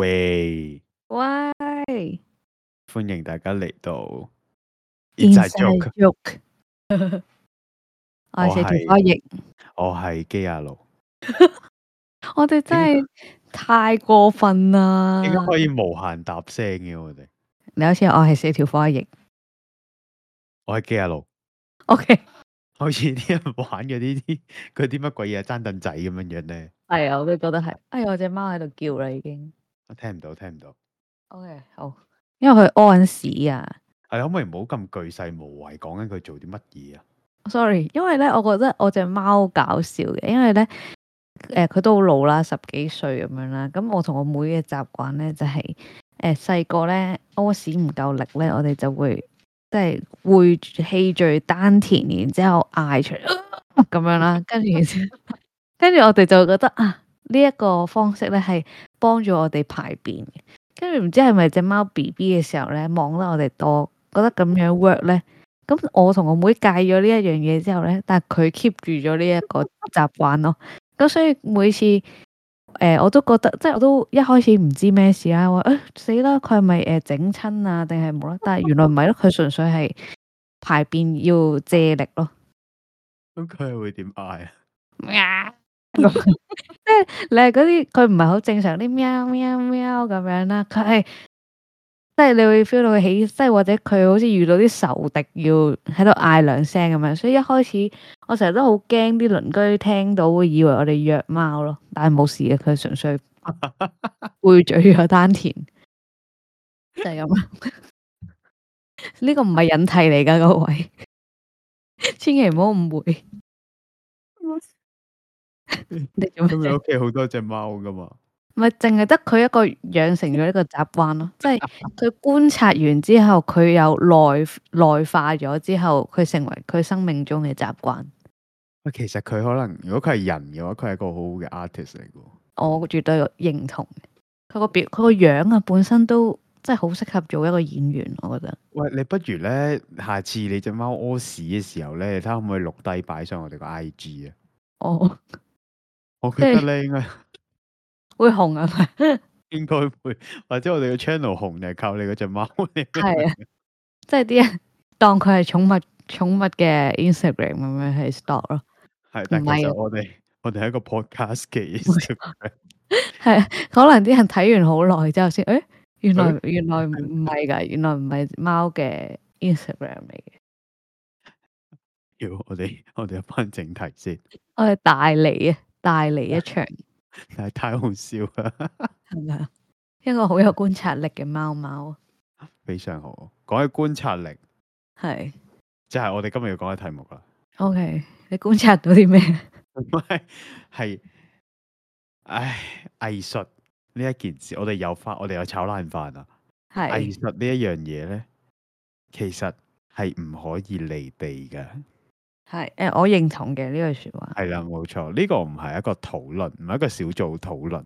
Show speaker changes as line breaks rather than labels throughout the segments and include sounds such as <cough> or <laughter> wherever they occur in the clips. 喂，
喂，
歡迎大家嚟到 It's a
Inside
joke，
Joke 我
我係
係四條花翼，
我係基亞奴，
我哋真係太過分啦！
點解啊可以無限搭聲嘅我哋？
你好似我係四條花翼
我係基亞奴，
，OK，
好似啲人玩嘅呢啲嗰啲乜鬼嘢爭凳仔咁樣樣咧，
係啊，我都覺得係。哎呀，我只貓喺度叫啦，已經。
我聽唔到，聽唔到。
OK，好，因為佢屙緊屎啊。
係可唔可以唔好咁巨細無遺講緊佢做啲乜嘢啊？
Sorry，因為咧，我覺得我只貓搞笑嘅，因為咧，誒、佢都好老啦，十幾歲咁樣啦。咁我同我妹嘅習慣咧，就係誒細個咧屙屎唔夠力咧，我哋就會即係會氣聚丹田，然之後嗌出嚟 <laughs> 啊咁樣啦，跟住跟住我哋就會覺得啊，呢、一個方式咧係幫助我哋排便嘅。跟住唔知係咪只貓 B B 嘅時候咧，望得我哋多，覺得咁樣 work 咧。咁我同我妹戒咗呢一樣嘢之後咧，但係佢 keep 住咗呢一個習慣咯。咁所以每次誒、呃我都覺得，即係我都一開始唔知咩事啦。我誒死啦，佢係咪誒整親啊？定係冇啦？但係原來唔係咯，佢純粹係排便要借力咯。
咁佢係會點嗌啊？
喵咁即係你係嗰啲佢唔係好正常啲喵喵喵咁樣啦，佢係即係你會 feel 到佢起，即係或者佢好似遇到啲仇敵要喺度嗌兩聲咁樣，所以一開始我成日都好驚啲鄰居聽到會以為我哋虐貓咯，但係冇事嘅，佢純粹背嘴咗丹田，就係咁啦。呢個唔係引替嚟噶，各位，千祈唔好誤會。 <laughs> 你做咩
咁？你屋企好多隻貓噶嘛？
咪淨係得佢一個養成咗呢個習慣咯，即係
啊
佢觀察完之後，佢有內內化咗之後，佢成為佢生命中嘅習慣。
喂，其實佢可能如果佢係人嘅話，佢係一個好好嘅 artist 嚟嘅喎。
我絕對認同嘅佢個表，佢個樣啊，本身都真係好適合做一個演員，我覺得。
喂，你不如咧，下次你只貓屙屎嘅時候咧，你睇下可唔可以錄低擺上我哋個 I G 啊？
哦，
我覺
即
得
係
咧應該
<laughs> 會紅啊，
應該會，或者我哋嘅 channel 紅就係靠你嗰只貓。
係啊， <laughs> 即係啲人當佢係寵物寵物嘅 Instagram 咁樣去 stalk 咯。
係，但
唔
其
係
實
啊
我哋我哋係一個 podcast 嘅 <laughs> Instagram，
<laughs> 可能啲人睇完好耐之後先，誒、原來
係
原來唔係㗎，原來唔係貓嘅 Instagram 嚟嘅，
屌我哋我哋翻正題先，
我哋大嚟啊，大嚟一場，
但係太好笑啦，
係咪啊？一個好有觀察力嘅貓貓，
非常好。講起觀察力，
係
就係我哋今日要講嘅題目啦。 <laughs>
OK，你觀察到啲咩？
唔係係，唉，藝術呢一件事，我哋有翻，我哋有炒冷飯啊。藝
係
術呢一樣嘢咧，其實係唔可以離地嘅。
嗯係誒，我認同嘅呢句説話，
係啦，冇錯，呢、個唔係一個討論，唔係一個小組討論。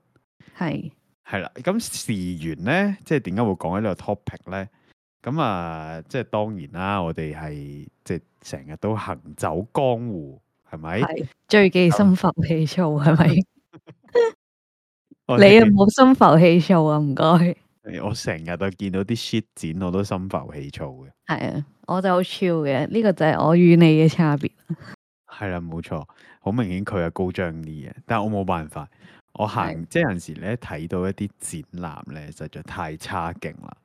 係
係啦，咁事源咧，即係點解會講起呢個 topic 咧？咁啊，即係當然啦，我哋係即係成日都行走江湖，係咪？
係最忌心浮氣躁係咪？
我
<laughs> 你啊
哋
又冇心浮氣躁啊？唔該，
我成日都見到啲 shit 展，我都心浮氣躁嘅。
係啊，我就好 chill 嘅，呢、個就係我與你嘅差別。
係啦，冇錯，好明顯佢係高張啲嘅，但我冇辦法，我行即係有陣時咧睇到一啲展覽咧，實在太差勁啦，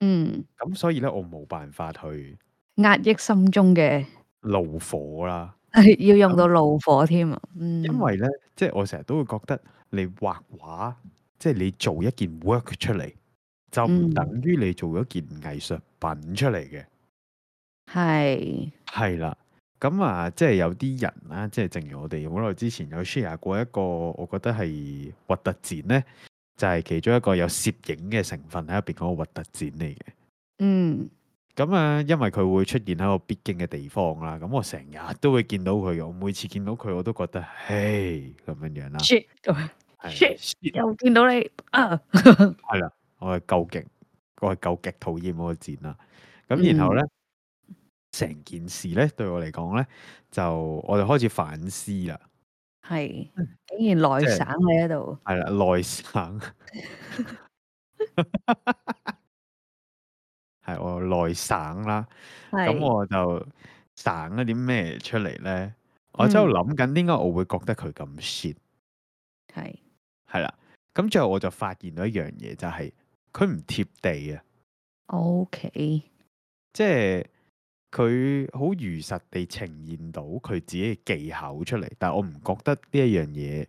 嗯，
咁所以咧我冇辦法去
壓抑心中嘅。
怒火啦，
<laughs> 要用
咁
到怒火添啊！嗯，
因為咧即係我成日都會覺得你畫畫，即係你做一件 work 出嚟，就唔
嗯
等於你做一件藝術品出嚟嘅。
係
係啦，咁啊，即係有啲人啦，即係正如我哋好耐之前有 share 過一個，我覺得係核突展呢，就係、其中一個有攝影嘅成分喺入邊嗰個核突展嚟嘅。
嗯
咁啊，因為佢會出現喺我必經嘅地方啦，咁我成日都會見到佢嘅，我每次見到佢我都覺得，嘿咁樣樣啦，
shit 咁
<laughs>
樣
係
shit
shit，
又見到你啊！
係啦，我係究極，我係究極討厭嗰個展啦。咁然後
嗯
呢，成、件事呢對我嚟講呢，就我哋開始反思啦。
係竟然內
嗯即係
省你喺度，
系啦，內省 <laughs> 係我內省啦。咁
係
我就省咗啲咩出嚟咧？我喺度諗緊點解我會覺得佢咁 shit，
係
係啦。咁最後我就發現到一樣嘢，就係佢唔貼地啊，
OK，
即係佢好如實地呈現到佢自己嘅技巧出嚟，但我唔覺得呢一樣嘢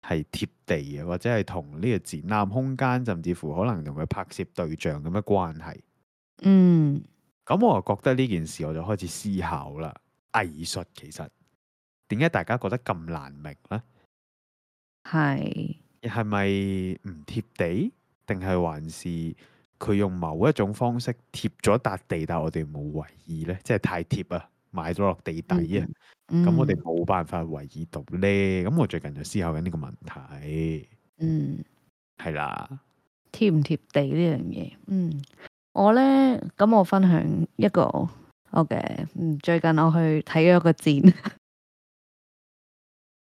係貼地嘅，或者係同呢個展覽空間，甚至乎可能同佢拍攝對象咁嘅關係。
嗯
咁我就覺得呢件事我就開始思考啦。藝術其實點解大家覺得咁難明呢？
係
係咪唔貼地，定係還是佢用某一種方式貼咗笪地，但我哋冇為意呢？即係太貼啊，埋咗落地底啊，
嗯
咁、我哋冇辦法為意到呢。咁我最近就思考緊呢個問題，
嗯。嗯
係啦，
貼唔貼地呢樣嘢。嗯，我呢，咁我分享一個我嘅，嗯，最近我去睇咗個展， <laughs>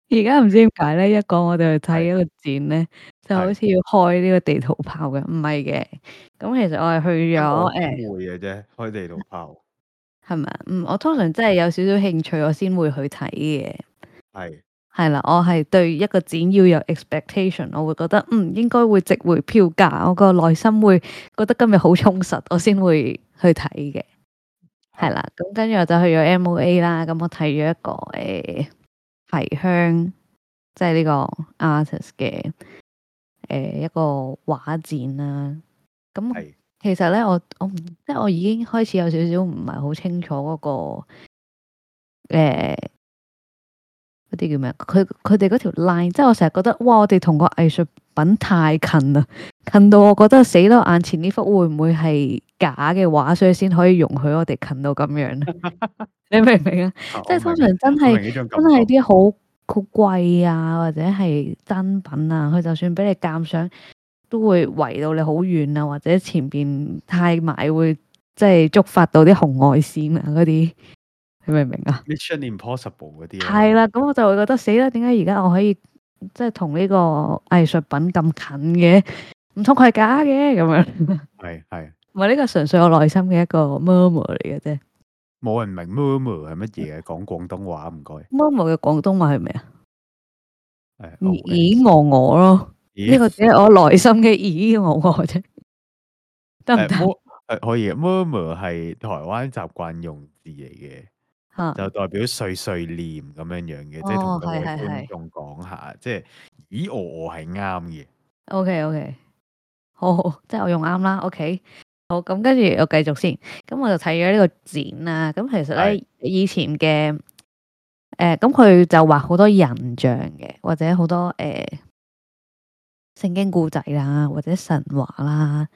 而家唔知點解呢，一講我哋去睇一個展呢，就好似要開呢個地圖炮嘅，唔係嘅。咁其實我係去咗
我
诶。誒
會嘅啫，開地圖炮
<laughs> 係咪啊？嗯，我通常真係有少少興趣，我先會去睇嘅。
係
係啦，我係對一個展要有 expectation，我會覺得嗯應該會值回票價，我個內心會覺得今日好充實，我先會去睇嘅。係啦，咁跟住我就去咗 MOA 啦，咁我睇咗一個诶提香，即係呢個 artist 嘅诶、一個畫展啦。咁
係
其實咧，我我唔即係我已經開始有少少唔係好清楚嗰、個誒嗰啲叫咩啊？佢佢哋嗰條 line，即係我成日覺得哇！我哋同個藝術品太近啦，近到我覺得死啦！眼前呢幅會唔會係假嘅畫，所以先可以容許我哋近到咁樣呢 <laughs> 你明唔明啊？即係通常真係
真
真係啲好好貴啊，或者係真品啊，佢就算俾你鑑賞，都會圍到你好遠啊，或者前邊太埋會即係觸發到啲紅外線啊嗰啲，你明唔明啊？
Mission Impossible 嗰啲啊
係啦，咁我就會覺得死啦，點解而家我可以即係同呢個藝術品咁近嘅？唔通佢係假嘅咁樣？
係係
唔係呢個純粹我內心嘅一個 murmur 嚟嘅啫。
冇人明 murmur 係乜嘢嘅，講廣東話唔該。
murmur 嘅廣東話係咩啊？
誒，O S
咦咦我我咯。
咦
呢個只係我內心嘅咦我我啫，得唔
誒
得
，mur- 誒呃可以嘅，murmur 係台灣習慣用字嚟嘅，
吓？
就代表碎碎念咁樣樣嘅，即係同
啊哦
各位
係係
觀
係
眾講下，即係咦我我係啱嘅，
O K O K，好好，即係我用啱啦。O K，好咁，跟住我繼續先。咁我就睇咗呢個展啦。咁其實
係
咧，以前嘅诶，咁、佢就畫好多人像嘅，或者好多诶、呃、聖經故仔啦，或者神話啦。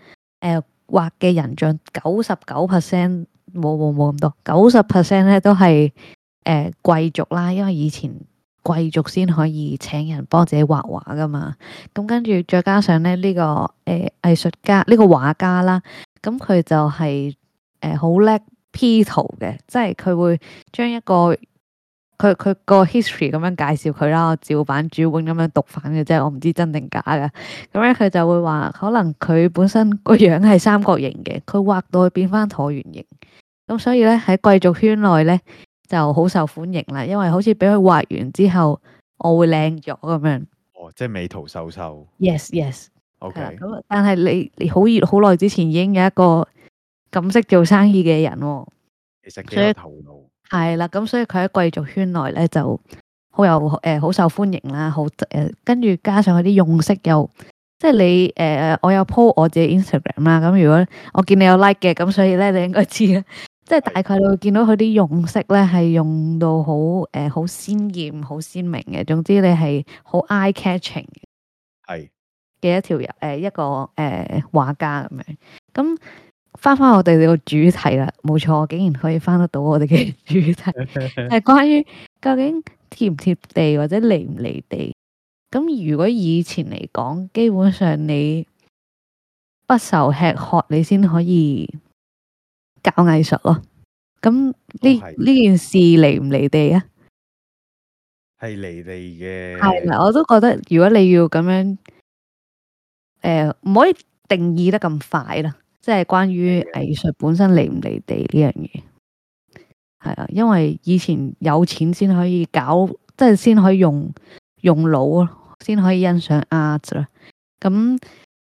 诶、畫嘅人像九十九 percent 冇冇冇咁多，九十 percent 咧都係诶、呃、貴族啦，因為以前貴族先可以請人幫自己畫畫噶嘛。咁跟住再加上咧呢、個誒、藝術家呢、個畫家啦，咁佢就係誒好叻 P 圖嘅，即係佢會將一個佢佢個 history 咁樣介紹佢啦，我照版主本咁樣讀反嘅啫，我唔知真定假嘅。咁咧佢就會話，可能佢本身個樣係三角形嘅，佢畫到佢變翻橢圓形。咁所以咧喺貴族圈內咧就好受歡迎啦，因為好似俾佢畫完之後，我會靚咗咁樣。
哦，即係美圖秀秀
Yes yes。係啦，
，OK，
咁啊但係你你好熱好耐之前已經有一個咁識做生意嘅人喎，
其實幾
所以
有頭腦，
係啦，咁所以佢喺貴族圈內咧就好有誒好、受歡迎啦，好誒跟住加上佢啲用色又即係你誒、呃我有 po 我自己 Instagram 啦，咁如果我見你有 like 嘅，咁所以咧你應該知啦，即係大概你會見到佢啲用色咧係用到好誒好鮮豔、好鮮明嘅，總之你係好 eye catching
係
嘅一條誒、呃一個誒、呃、畫家咁樣。咁翻翻我哋個主題啦，冇錯，我竟然可以翻得到我哋嘅 <laughs> 主題， <laughs> 係關於究竟貼唔貼地或者離唔離地。咁如果以前嚟講，基本上你不愁吃喝，你先可以搞藝術咯。咁呢
係
呢件事離唔離地啊？
係離地
係
嘅，
呃啦，我都覺得如果你要咁樣，誒、唔可以定義得咁快啦，即係關於藝術本身離唔離地呢樣嘢，係啊，因為以前有錢先可以搞，即係先可以用用腦咯，先可以欣賞 art 啦。咁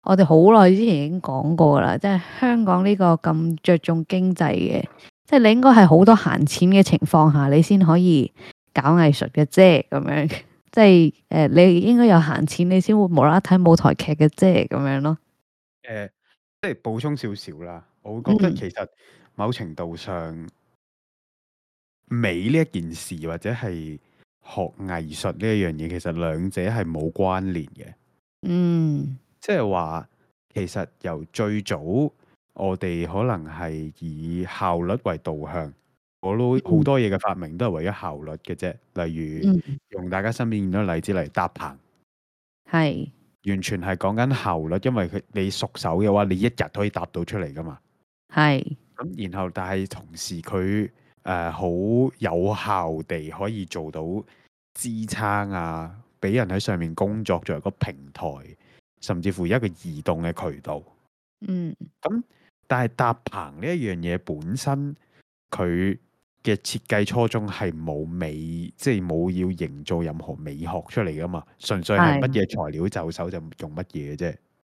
我哋好耐之前已經講過啦，即係香港呢個咁着重經濟嘅，即係你應該係好多閒錢嘅情況下，你先可以搞藝術嘅啫，咁樣。即係誒、呃你應該有閒錢，你先會無啦啦睇舞台劇嘅啫，咁樣咯。
誒、呃即係補充少少啦。我會覺得
嗯
其實某程度上，美呢一件事或者係學藝術呢一樣嘢，其實兩者係冇關聯嘅。
嗯
即係話，其實由最早我哋可能係以效率為導向，我都好
嗯
多嘢嘅發明都係為咗效率嘅啫。例如
嗯，
用大家身邊見到嘅例子嚟搭棚。
係
完全係講緊效率，因為佢你熟手嘅話，你一日可以搭到出嚟噶嘛。
係
咁然後，但係同時佢誒好有效地可以做到支撐啊，俾人喺上面工作作為一個平台，甚至乎一個移動嘅渠道。
嗯
但係搭棚呢一樣嘢本身，佢嘅設計初衷係冇美，即係冇要營造任何美學出嚟噶嘛，純粹係
係
乜嘢材料就手就用乜嘢啫。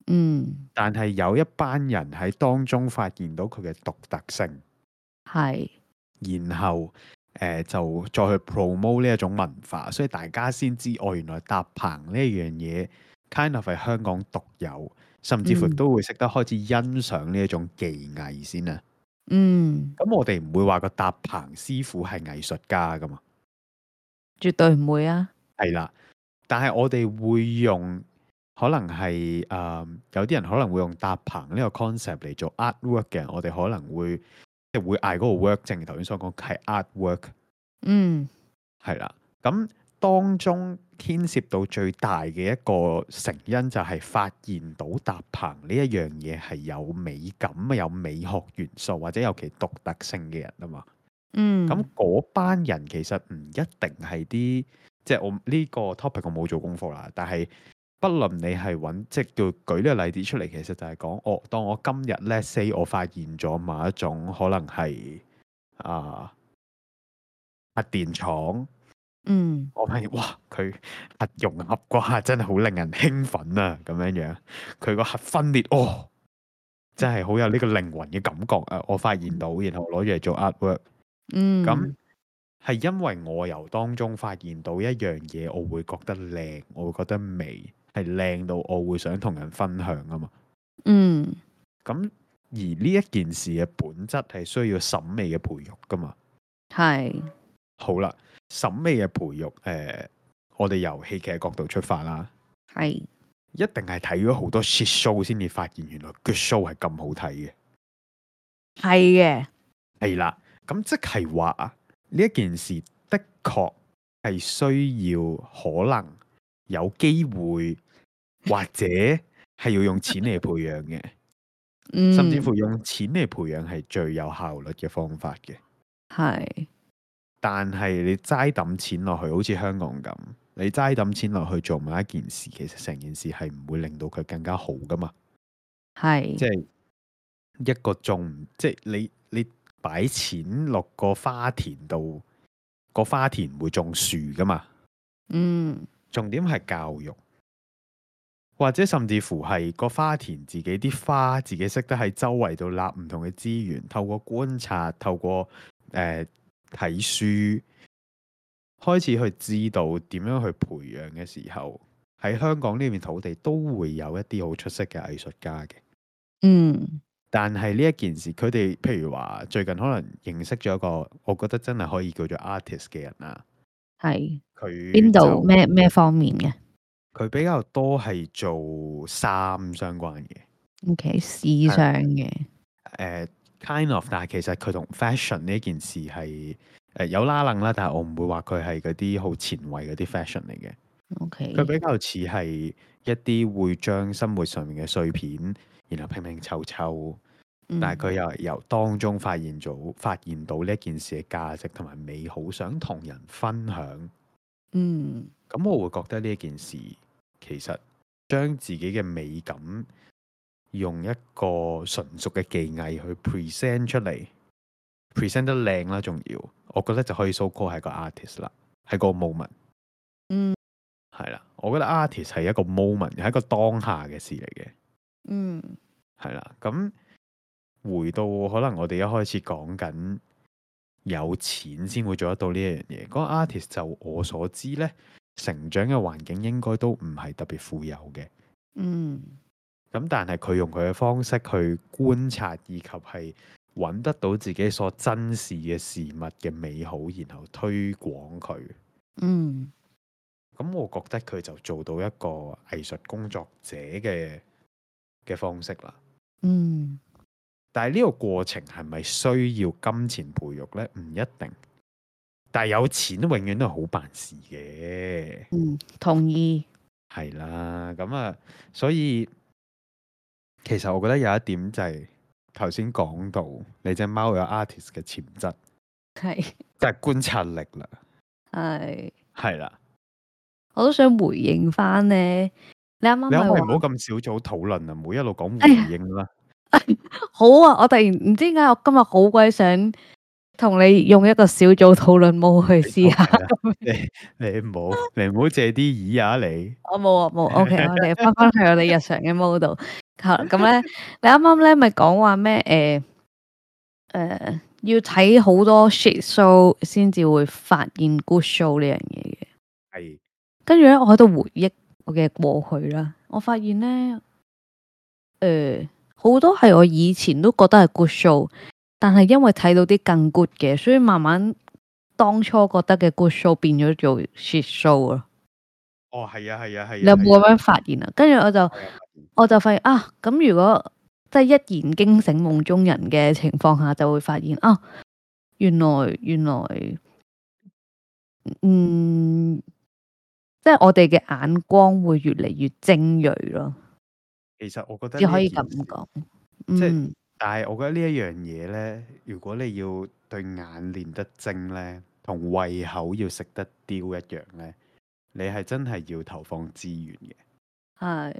嗯
但係有一班人喺當中發現到佢嘅獨特性，
係
然後誒、呃就再去 promote 呢一種文化，所以大家先知哦，原來搭棚呢樣嘢 kind of 係香港獨有，甚至乎
嗯
都會識得開始欣賞呢一種技藝先啊。
嗯，
咁我哋唔會話個搭棚師傅係藝術家噶嘛，
絕對唔會啊。
係啦。但係我哋會用可能係誒、呃有啲人可能會用搭棚呢個 concept 嚟做 artwork 嘅，我哋可能會即係會嗌嗰個 work，正如頭先所講係 artwork
嗯
係啦。咁當中牽涉到最大嘅一個成因就係發現到搭棚呢一樣嘢係有美感啊，有美學元素或者有其獨特性嘅人啊嘛。
嗯，
咁嗰班人其實唔一定係啲，即係我呢個 topic 我冇做功課啦，但係不論你係揾，即係叫舉呢個例子出嚟，其實就係講我當我今日 let's say 我發現咗某一種可能係啊核電廠，
嗯
我發現哇佢 <laughs> 核融合嗰下真係好令人興奮啊咁樣樣，佢個核分裂哦，真係好有呢個靈魂嘅感覺啊！我發現到，然後攞咗嚟做 artwork。
嗯
咁係因為我由當中發現到一樣嘢，我會覺得靚，我會覺得美，係靚到我會想同人分享啊嘛。
嗯
咁而呢一件事嘅本質係需要審美嘅培育噶嘛。
係
好啦，審美嘅培育，誒、我哋由戲劇嘅角度出發啦，
係
一定係睇咗好多 shit show 先至發現原來 good show 係咁好睇嘅。
係嘅，
係啦，咁即係話啊呢一件事的確係需要可能有機會，或者係要用錢嚟培養嘅，
嗯，
甚至乎用錢嚟培養係最有效率嘅方法嘅。
係
但係你齋抌錢落去，好似香港咁，你齋抌錢落去做某一件事，其實成件事係唔會令到佢更加好噶嘛。
係
即係一個種，即係你你擺錢落個花田度，個花田會種樹噶嘛。
嗯
重點係教育，或者甚至乎係個花田自己啲花自己識得喺周圍度立唔同嘅資源，透過觀察，透過誒睇、書，開始去知道點樣去培養嘅時候，喺香港呢邊土地都會有一啲好出色嘅藝術家嘅。
嗯
但係呢一件事，佢哋譬如話最近可能認識咗一個，我覺得真係可以叫做 artist 嘅人啦。
係
佢
邊度
就
咩咩方面嘅
佢比較多係做衫相關嘅，
？OK，時尚嘅，
誒、kind of，但係其實佢同 fashion 呢件事係誒、有拉楞啦，但係我唔會話佢係嗰啲好前衞嗰啲 fashion 嚟嘅。
OK，
佢比較似係一啲會將生活上面嘅碎片，然後拼拼湊湊。但
嗯
係佢又係由當中發現咗發現到呢一件事嘅價值同埋美好，想同人分享。
嗯
咁我會覺得呢一件事其實將自己嘅美感用一個純熟嘅技藝去 present 出嚟，present 得靚啦，仲要，我覺得就可以 so call 係個 artist 啦，係個 moment。
嗯
係啦，我覺得 artist 係一個 moment，係一個當下嘅事嚟嘅。
嗯
係啦，咁回到可能我哋一開始講緊有錢先會做得到呢一樣嘢。嗰、個 artist 就我所知呢，成長嘅環境應該都唔係特別富有嘅。
嗯
咁但係佢用佢嘅方式去觀察，以及係揾得到自己所珍視嘅事物嘅美好，然後推廣佢。
嗯
咁我覺得佢就做到一個藝術工作者嘅嘅方式啦。
嗯
但係呢個過程係咪需要金錢培育呢？唔一定。但係有錢永遠都係好辦事嘅，
嗯，同意。
係啦。咁啊，所以其實我覺得有一點就係頭先講到，你只貓有 artist 嘅潛質，
係
就係觀察力啦。
係，
係啦，
我都想回應翻咧。你啱啱
你
啊
可
咪
唔可以
話
唔好咁小組討論啊？唔好一路講
哎呀
回應
<laughs>
啦。
好啊！我突然唔知點解我今日好鬼想同你用一個小組討論冇去試下。
係啦 <laughs> 你你唔好你唔好借啲意啊！你
我冇啊，冇。OK，我 <laughs> 哋翻翻去我哋日常嘅 mode 度。好咁咧，你啱啱咧咪講話咩？誒、誒、要睇好多 shit show 先至會發現 good show 呢樣嘢嘅。
係
跟住咧，我喺度回憶我嘅過去啦。我發現咧，誒、好多係我以前都覺得係 good show，但係因為睇到啲更 good 嘅，所以慢慢當初覺得嘅 good show 變咗做 shit show 咯。
哦，係啊，係啊，係啊。
你有冇
係
咁樣發現啊？跟住我就
啊係啊
我就發現啊，咁如果即係一言驚醒夢中人嘅情況下，就會發現啊，原來原來，嗯，即係我哋嘅眼光會越嚟越精鋭咯，
其實我覺得
只
呢
可以
一件
咁
事
講。
即係
嗯
但係我覺得呢一樣嘢呢，如果你要對眼練得精呢，同胃口要食得刁一樣呢，你係真係要投放資源嘅。
係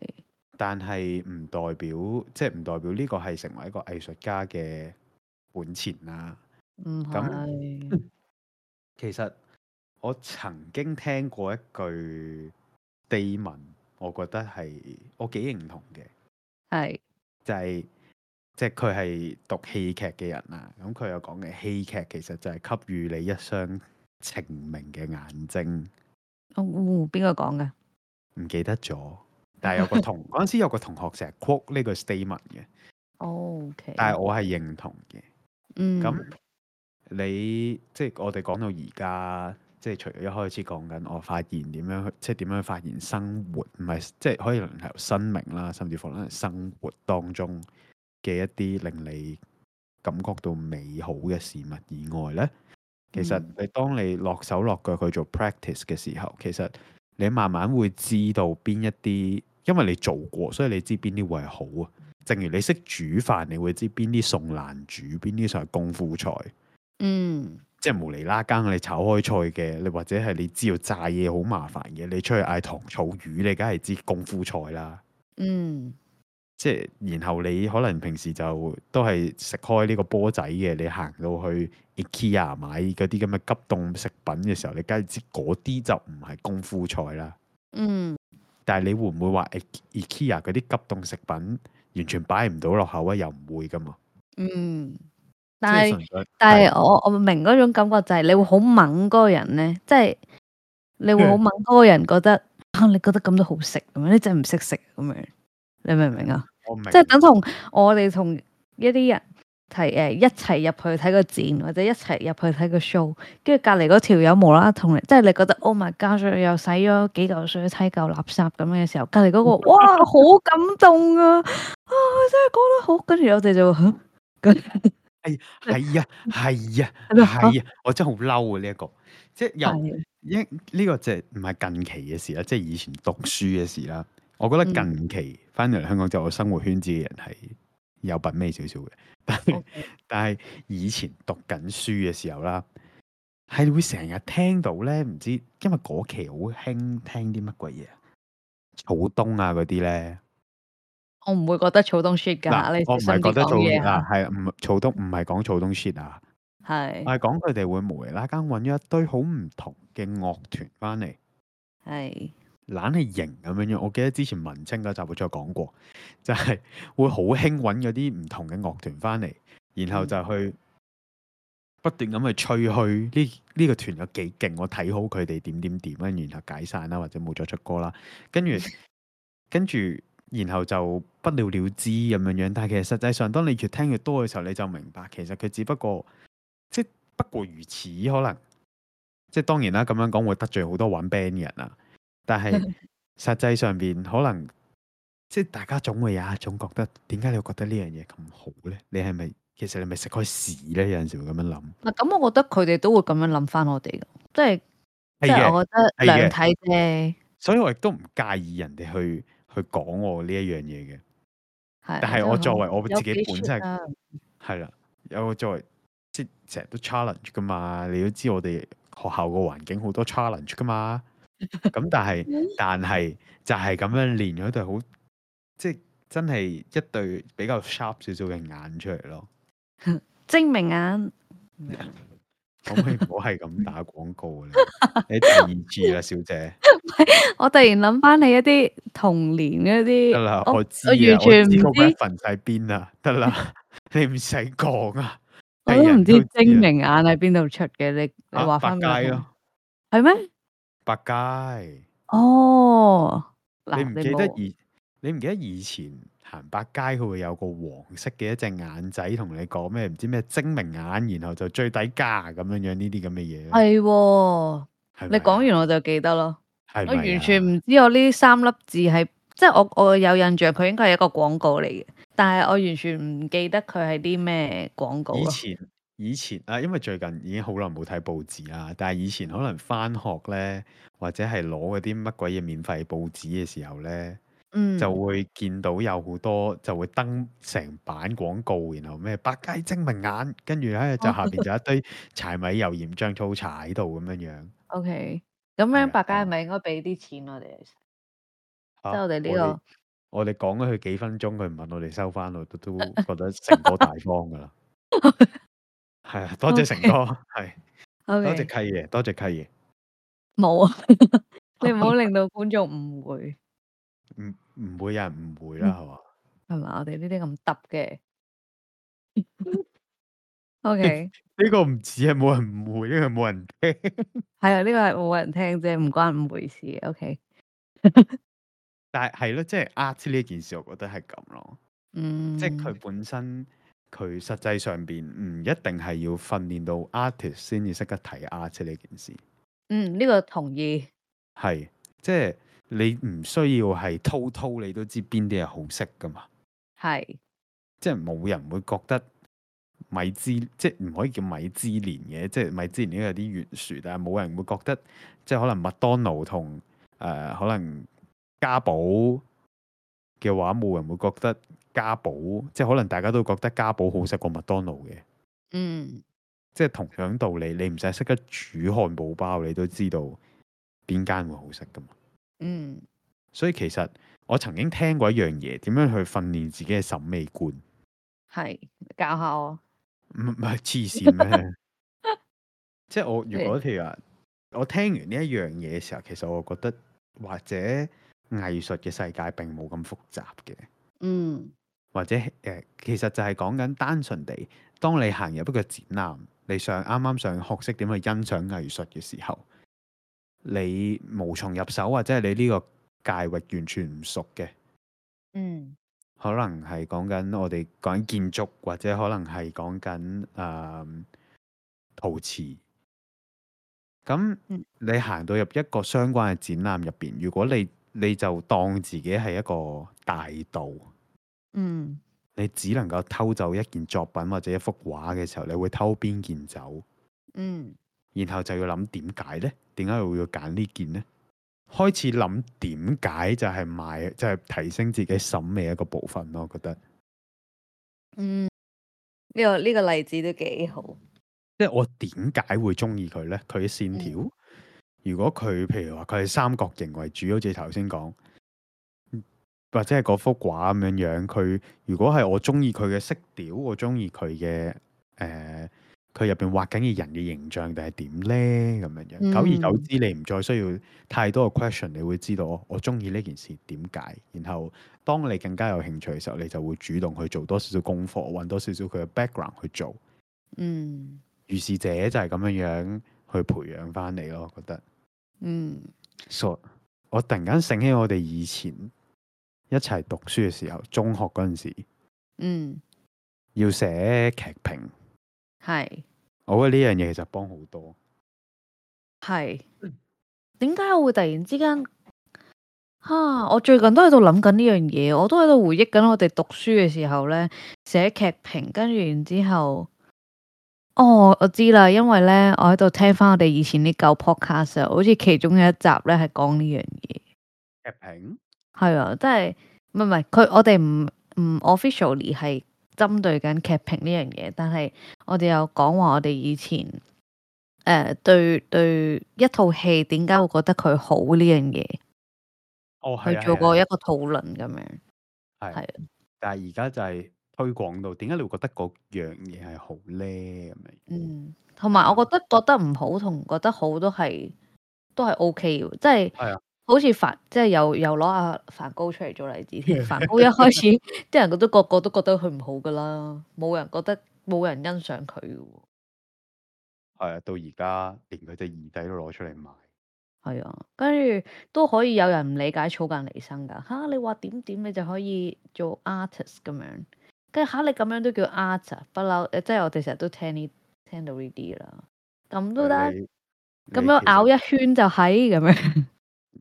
但係唔代表，即係唔代表呢個係成為一個藝術家嘅本錢啦。
唔係？
其實我曾經聽過一句地文，我覺得係我幾認同嘅。
係
就係、即係佢係讀戲劇嘅人啦。咁佢又講嘅戲劇其實就係給予你一雙澄明嘅眼睛，
哦哦邊個講嘅？
唔記得咗。但係有個同嗰陣時有個同學成日 quote 呢個 statement 嘅，
哦，OK。
但係我係認同嘅。
嗯
咁你即係我哋講到而家，即係除咗一開始講緊我發現點樣去，即係點樣發現生活，唔係即係可以能係由生命啦，甚至乎可能係生活當中嘅一啲令你感覺到美好嘅事物以外呢，其實
嗯
你當你落手落腳去做 practice 嘅時候，其實你慢慢會知道邊一啲，因為你做過，所以你知邊啲會係好啊。正如你識煮飯，你會知邊啲餸難煮，邊啲就係功夫菜。
嗯
即係無厘啦更你炒開菜嘅，你或者係你知道炸嘢好麻煩嘅，你出去嗌糖醋魚，你梗係知功夫菜啦。
嗯
即係然後你可能平時就都係食開呢個波仔嘅，你行到去 IKEA 買嗰啲咁嘅急凍食品嘅時候，你梗係知嗰啲就唔係功夫菜啦。
嗯
但係你會唔會話 I- IKEA 嗰啲急凍食品完全擺唔到落口啊？又唔會噶嘛。
嗯，
即
但
係
係。
純粹
但
係
係我我明嗰種感覺就係你會好猛嗰個人咧，即係你
嗯
會好猛嗰個人覺得啊，你覺得咁都好食咁樣，你真係唔識食咁樣，你明唔明啊？
我明，
即係等同我哋同一啲人提誒、一齊入去睇個展，或者一齊入去睇個 show，跟住隔離嗰條友無啦啦同你，即係你覺得 oh my god，又使咗幾嚿水睇嚿垃圾咁嘅時候，隔離嗰個
嗯
哇好感動啊！啊，真係講得好，跟住我
<laughs>
哋就啊會
係啊，係
<laughs>
啊，
係咯
係啊，我真係好嬲啊！呢一個即係 <laughs> 又
係啊
因呢個就係唔係近期嘅事啦，即係以前讀書嘅事啦。我覺得
嗯
近期翻嚟香港就我生活圈子嘅人係有品味少少嘅，但係
OK
但係以前讀緊書嘅時候啦，係會成日聽到咧，唔知因為嗰期好興聽啲乜鬼嘢啊，草東啊嗰啲咧，
我唔會覺得草東 shit 㗎，
嗱
你，
我唔
小
係
心
覺
啲
得
講
做
嘢
啊
嚇，，
係唔草東唔係講草東 shit 啊，
係
我係講佢哋會無厘啦更揾咗一堆好唔同嘅樂團翻嚟，
係
懶係型咁樣樣。我記得之前文青嗰集我再講過， <laughs> 就係、會好興揾嗰啲唔同嘅樂團翻嚟，然後就去不斷咁去吹噓呢呢個團有幾勁，我睇好佢哋點點點啦，然後解散啦，或者冇再出歌啦，跟住跟住。然後就不了了之咁樣樣，但係其實實際上，當你越聽越多嘅時候，你就明白其實佢只不過即不過如此，可能即當然啦，咁樣講會得罪好多玩 band 嘅人啊啦。但
<laughs>
係
嗯
實際上邊可能即大家總會有一種覺得，點解你會覺得呢樣嘢咁好咧？你係咪其實你咪食開屎咧？有陣時會咁樣諗。
嗱，咁我覺得佢哋都會咁樣諗翻我哋㗎，即係即
係
係
嘅，
我覺得
係嘅
兩睇啫，
所以我亦都唔介意人哋去去講我呢一樣嘢嘅。
係。
但
即
係我
可
作
能
為我
有
自己
幾
本
shit
身係
啊
係啦，有作為即成日都 challenge 噶嘛，你都知我哋學校個環境好多 challenge 噶嘛。
<laughs>
咁但
嗯
係但係就係咁樣練咗對好，即係真係一對比較 sharp 少少嘅眼出嚟咯。
精
<laughs>
明眼，
可唔可以唔好係咁打廣告啊？你你第二次啊啦，小姐，
我突然諗翻起一啲童年
得
嗰啲，
啦，
我
我知
我
啊，
完
我
全唔
知個
知
reference 喺邊啊，得啦， <laughs> 你唔使講啊，
我
係
都
人
唔知
知啊
精明眼喺邊度出嘅，你你
啊
話
百
翻俾我
佳
聽
咯，，
係咩？
百佳。
哦，
你
嗱，
唔
你
記得
冇
以你唔記得以前行百佳佢會有個黃色嘅一隻眼仔同你講咩唔知咩精明眼，然後就最低價咁樣樣呢啲咁嘅嘢咯，
係喎，
係
你
咪
講
啊
完我就記得咯。
係
我
咪
完
啊
全唔知我呢三粒字係，即係我我有印象佢應該係一個廣告嚟嘅，但係我完全唔記得佢係啲咩廣告啊
以
咯。
前以前啊，因為最近已經好耐冇睇報紙啦，但係以前可能翻學咧，或者係攞嗰啲乜鬼嘢免費報紙嘅時候咧，
嗯，
就會見到有好多就會登成版廣告，然後咩百佳精明眼，跟住咧就下邊
哦
就一堆柴米油鹽醬醋茶喺度咁樣樣。
OK，咁
係
樣
啊
百佳
係
係咪應該俾啲錢我哋？即
啊
係我哋呢
我哋
個
我哋講咗佢幾分鐘，佢唔問我哋收翻，我都都覺得成哥大方
<laughs>
噶啦。係啊，多謝成哥，係多謝
OK
契爺，多謝契爺。<laughs>
冇啊，你唔好令到觀眾誤會，
唔唔會有人誤會啦，係嘛？
係咪？我哋呢啲咁揼
<laughs>
嘅 OK，
呢個唔止係啊冇人誤會，呢個冇人聽。 <laughs>
係啊，呢個係冇人聽啫，唔關誤會事嘅。OK，
但係係咯，即係 art 呢件事，我覺得係咁咯。
嗯，
即係佢本身佢實際上邊唔一定係要訓練到 artist 先至識得睇 art 呢件事。
嗯呢個同意，
係即係你唔需要係滔滔，你都知邊啲係好識噶嘛。
係
即係冇人會覺得米芝，即係唔可以叫米芝蓮嘅，即係米芝蓮呢個有啲懸殊，但係冇人會覺得即係可能麥當勞同誒、呃可能家寶嘅話，冇人會覺得家寶，即係可能大家都覺得家寶好食過麥當勞嘅，
嗯
即係同樣道理，你唔使識得煮漢堡包，你都知道邊間會好食噶嘛。
嗯
所以其實我曾經聽過一樣嘢，點樣去訓練自己嘅審美觀。
係教下我。
唔 <laughs> 唔係黐線咩？即係我如
即係
果譬如話，我聽完呢一樣嘢嘅時候，其實我覺得或者藝術嘅世界並冇咁複雜嘅，
嗯
或者誒、呃其實就係講緊單純地，當你行入一個展覽，你想啱啱想學識點去欣賞藝術嘅時候，你無從入手，或者係你呢個界域完全唔熟嘅，
嗯
可能係講緊我哋講緊建築，或者可能係講緊誒陶瓷。咁
嗯
你行到入一個相關嘅展覽入邊，如果你你就當自己係一個大盜，
嗯
你只能夠偷走一件作品或者一幅畫嘅時候，你會偷邊件走？
嗯
然後就要諗點解呢？點解會要揀呢件呢？開始諗點解就係賣，就係、提升自己審美一個部分咯。我覺得。
嗯，呢、個呢、個例子都幾好。
即係我點解會中意佢咧？佢嘅線條，如果佢譬如話佢係三角形為主，好似頭先講，嗯或者係嗰幅畫咁樣樣，佢如果係我中意佢嘅色調，我中意佢嘅誒，佢入邊畫緊嘅人嘅形象定係點咧咁樣樣。久而久
嗯
之，你唔再需要太多嘅 question，你會知道哦我中意呢件事點解。然後當你更加有興趣嘅時候，你就會主動去做多少少功課，揾多少少佢嘅 background 去做。
嗯
如是者就係咁樣樣去培養翻你咯，我覺得。
嗯
所我突然間醒起我哋以前一齊讀書嘅時候，中學嗰陣時
嗯，
要寫劇評，
係
我覺得呢樣嘢其實幫好多。
係。點解我會突然之間？吓、我最近都喺度諗緊呢樣嘢，我都喺度回憶緊我哋讀書嘅時候呢，寫劇評，跟住然之後，哦，我知啦，因為呢，我喺度聽翻我哋以前啲舊 podcast 啊好似其中有一集呢係講呢樣嘢。
劇評
係啊，即係唔係唔係佢，我哋唔唔 officially 係針對緊劇評呢樣嘢，但係我哋有講話我哋以前誒、呃、對對一套戲點解會覺得佢好呢樣嘢，
哦，係
去
啊係啊
做過
係
一
啊
個討論咁樣。係啊
但係而家就係推廣到，點解你會覺得嗰樣嘢係好咧？咁樣
嗯，同埋我覺得覺得唔好同覺得好都係都係 O K 嘅，即係
係啊
好似梵即係又又攞阿梵高出嚟做例子
<laughs>
添。梵高一開始啲人覺得個個都覺得佢唔好噶啦，冇人覺得冇人欣賞佢嘅喎。
係啊，到而家連佢隻二仔都攞出嚟賣。
係啊，跟住都可以有人唔理解草間彌生㗎吓，你話點點你就可以做 artist 咁樣，跟住吓你咁樣都叫 art 啊，不嬲，誒即係我哋成日都聽呢聽到呢啲啦，咁都得，
你
咁樣咬
一
一圈就係咁樣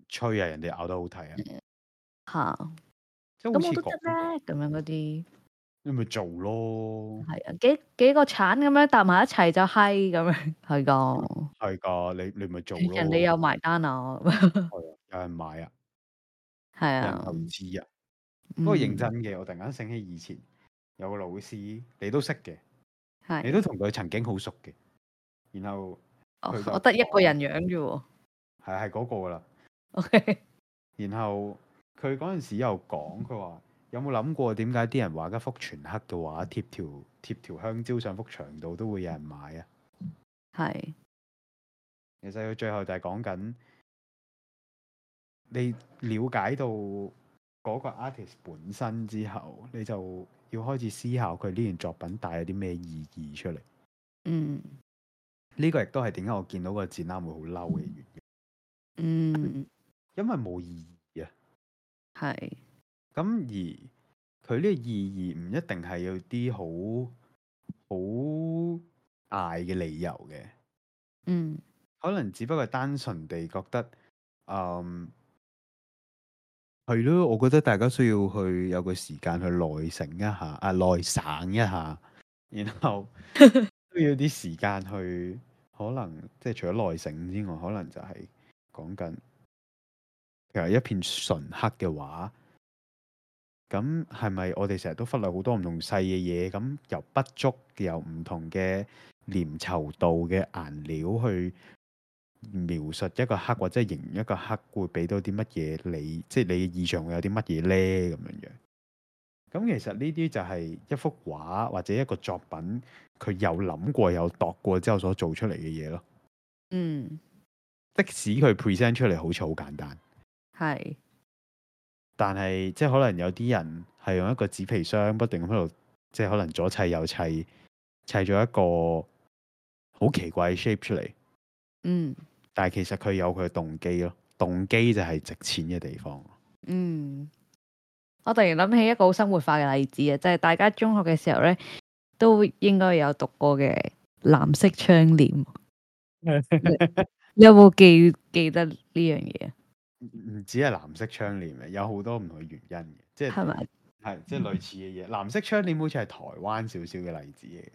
吹啊，人哋咬得好睇啊，
吓，
即係好
嗯咁
似
我都得
講
咧，咁樣嗰啲
你咪做咯。
係啊，幾幾個鏟咁樣搭埋一齊就係咁樣，係噶，
係㗎，你你咪 <laughs> 做咯。
人哋有埋單啊，
係啊有人買啊，
係
有人
啊
投，資啊。不過認
嗯
真嘅，我突然間醒起以前有個老師，你都識嘅，你
係，
都同佢曾經好熟嘅。然後佢就
哦我得一個人養啫喎
係係嗰個噶啦。
<laughs> ，OK，
然後佢嗰陣時又講，佢話有冇諗過點解啲人畫一幅全黑嘅畫，貼條貼條香蕉上幅牆度都會有人買啊？
係。
其實佢最後就係講緊你了解到嗰個 artist 本身之後，你就要開始思考佢呢件作品帶有啲咩意義出嚟。
嗯
呢個亦都係點解我見到個展覽會好嬲嘅原因，
嗯，
因為冇意義啊。
係
咁而佢呢個意義唔一定係有啲好好嗌嘅理由嘅，
嗯
可能只不過係單純地覺得，嗯，係咯，我覺得大家需要去有個時間去內省一下，啊內省一下，然後都要啲時間去，可能即係除咗內省之外，可能就係講緊，其實一片純黑嘅畫，咁係咪我哋成日都忽略好多唔同細嘅嘢？咁由不足，由唔同嘅粘稠度嘅顏料去。描述一個黑或者形容一個黑會俾到啲乜嘢你，即係你嘅意象會有啲乜嘢呢？咁樣樣。咁其實呢啲就係一幅畫或者一個作品，佢有諗過有度過之後所做出嚟嘅嘢咯。
嗯
即使佢 present 出嚟好似好簡單，
係
但係即係可能有啲人係用一個紙皮箱不斷咁喺度，即係可能左砌右砌，砌咗一個好奇怪嘅 shape 出嚟。
嗯
但係其實佢有佢嘅動機咯，動機就係值錢嘅地方。
嗯。我突然諗起一個好生活化嘅例子啊，就係、大家中學嘅時候咧，都應該有讀過嘅藍色窗簾。你有冇記記得呢樣嘢啊？
唔止係藍色窗簾嘅，有好多唔同嘅原因嘅，即
係
係
咪？嗯
係即係類似嘅嘢。藍色窗簾好似係台灣少少嘅例子嚟嘅，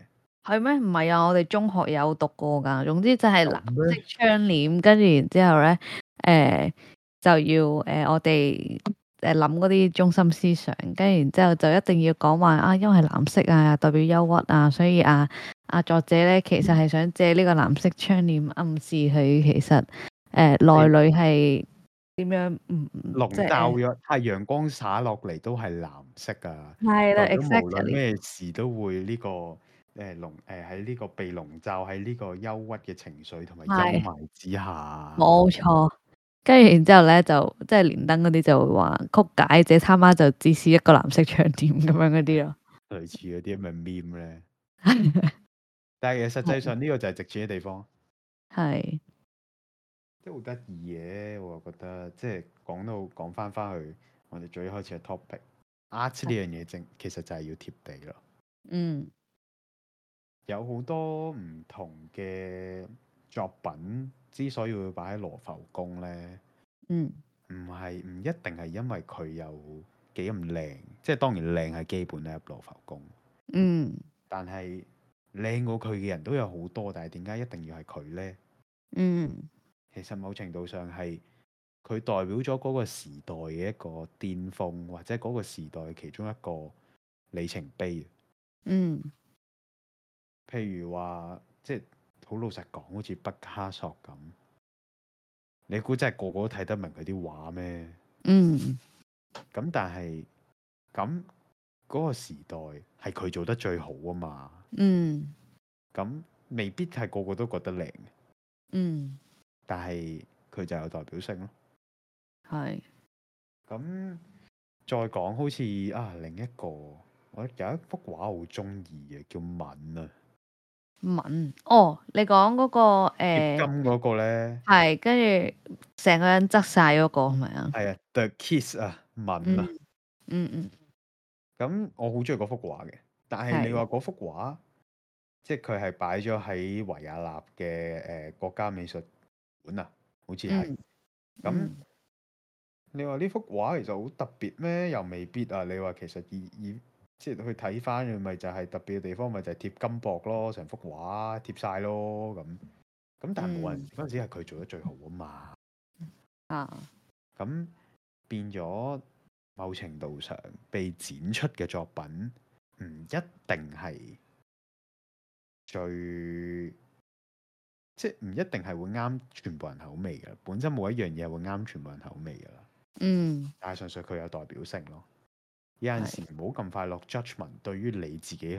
係咩？唔係啊！我哋中學有讀過㗎。總之就係藍
有咩
色窗簾，跟住然之後咧，誒、就要誒、呃我哋誒諗嗰啲中心思想，跟住然之後就一定要講話啊，因為藍色啊代表憂鬱啊，所以啊啊作者咧其實係想借呢個藍色窗簾暗示佢其實誒、呃、內裏係點樣唔唔
籠
即係
罩咗，太陽光灑落嚟都係藍色啊！
係啦
代表無論
，exactly。
咩事都會呢、個誒籠誒喺呢個被籠罩喺呢個憂鬱嘅情緒同埋陰
係
霾之下，
冇錯。跟住然之後咧，就即係連登嗰啲就會話曲解者他媽就只是一個藍色唱點咁樣嗰啲咯。
類似嗰啲咪 meme
<laughs>
咧。但係其實實際上呢個就係值錢嘅地方，
係
即係好得意嘅，我覺得即係講到講翻翻去我哋最開始嘅 topic。art 呢樣嘢正其實就係要貼地咯，
嗯
有好多唔同嘅作品之所以會擺喺羅浮宮咧，
嗯
唔係唔一定係因為佢有幾咁靚，即係當然靚係基本啦，入羅浮宮。
嗯
但係靚過佢嘅人都有好多，但係點解一定要係佢呢？
嗯
其實某程度上係佢代表咗嗰個時代嘅一個巔峰，或者嗰個時代其中一個里程碑。
嗯
譬如話，即係好老實講，好似畢卡索咁，你估真係個個都睇得明佢啲畫咩？
嗯
咁但係咁嗰個時代係佢做得最好啊嘛，
嗯
咁未必係個個都覺得靚，
嗯，
但係佢就有代表性咯。
係
咁再講好似啊另一個，我有一幅畫好中意嘅，叫吻啊，
文哦，你講嗰個
貼
誒
金嗰個咧，
係跟住成個人側晒嗰個係咪啊？
係啊，The Kiss 啊，吻啊。
嗯嗯嗯
咁我好中意嗰幅畫嘅，但係
係
你話嗰幅畫，即係佢係擺咗喺維也納嘅誒、呃、國家美術館啊，好似係。
嗯
咁
嗯
你話呢幅畫其實好特別咩？又未必啊！你話其實以以即係去睇翻佢，咪就係特別嘅地方，咪就係貼金箔咯，成幅畫貼晒咯咁。咁但係冇人
嗯
嗰陣時係佢做得最好啊嘛。
啊
咁變咗某程度上被展出嘅作品，唔一定係最即係唔一定係會啱全部人口味嘅。本身冇一樣嘢係會啱全部人口味㗎啦。
嗯
但係純粹佢有代表性咯。有陣
係
時唔好咁快落 judgment，對於你自己去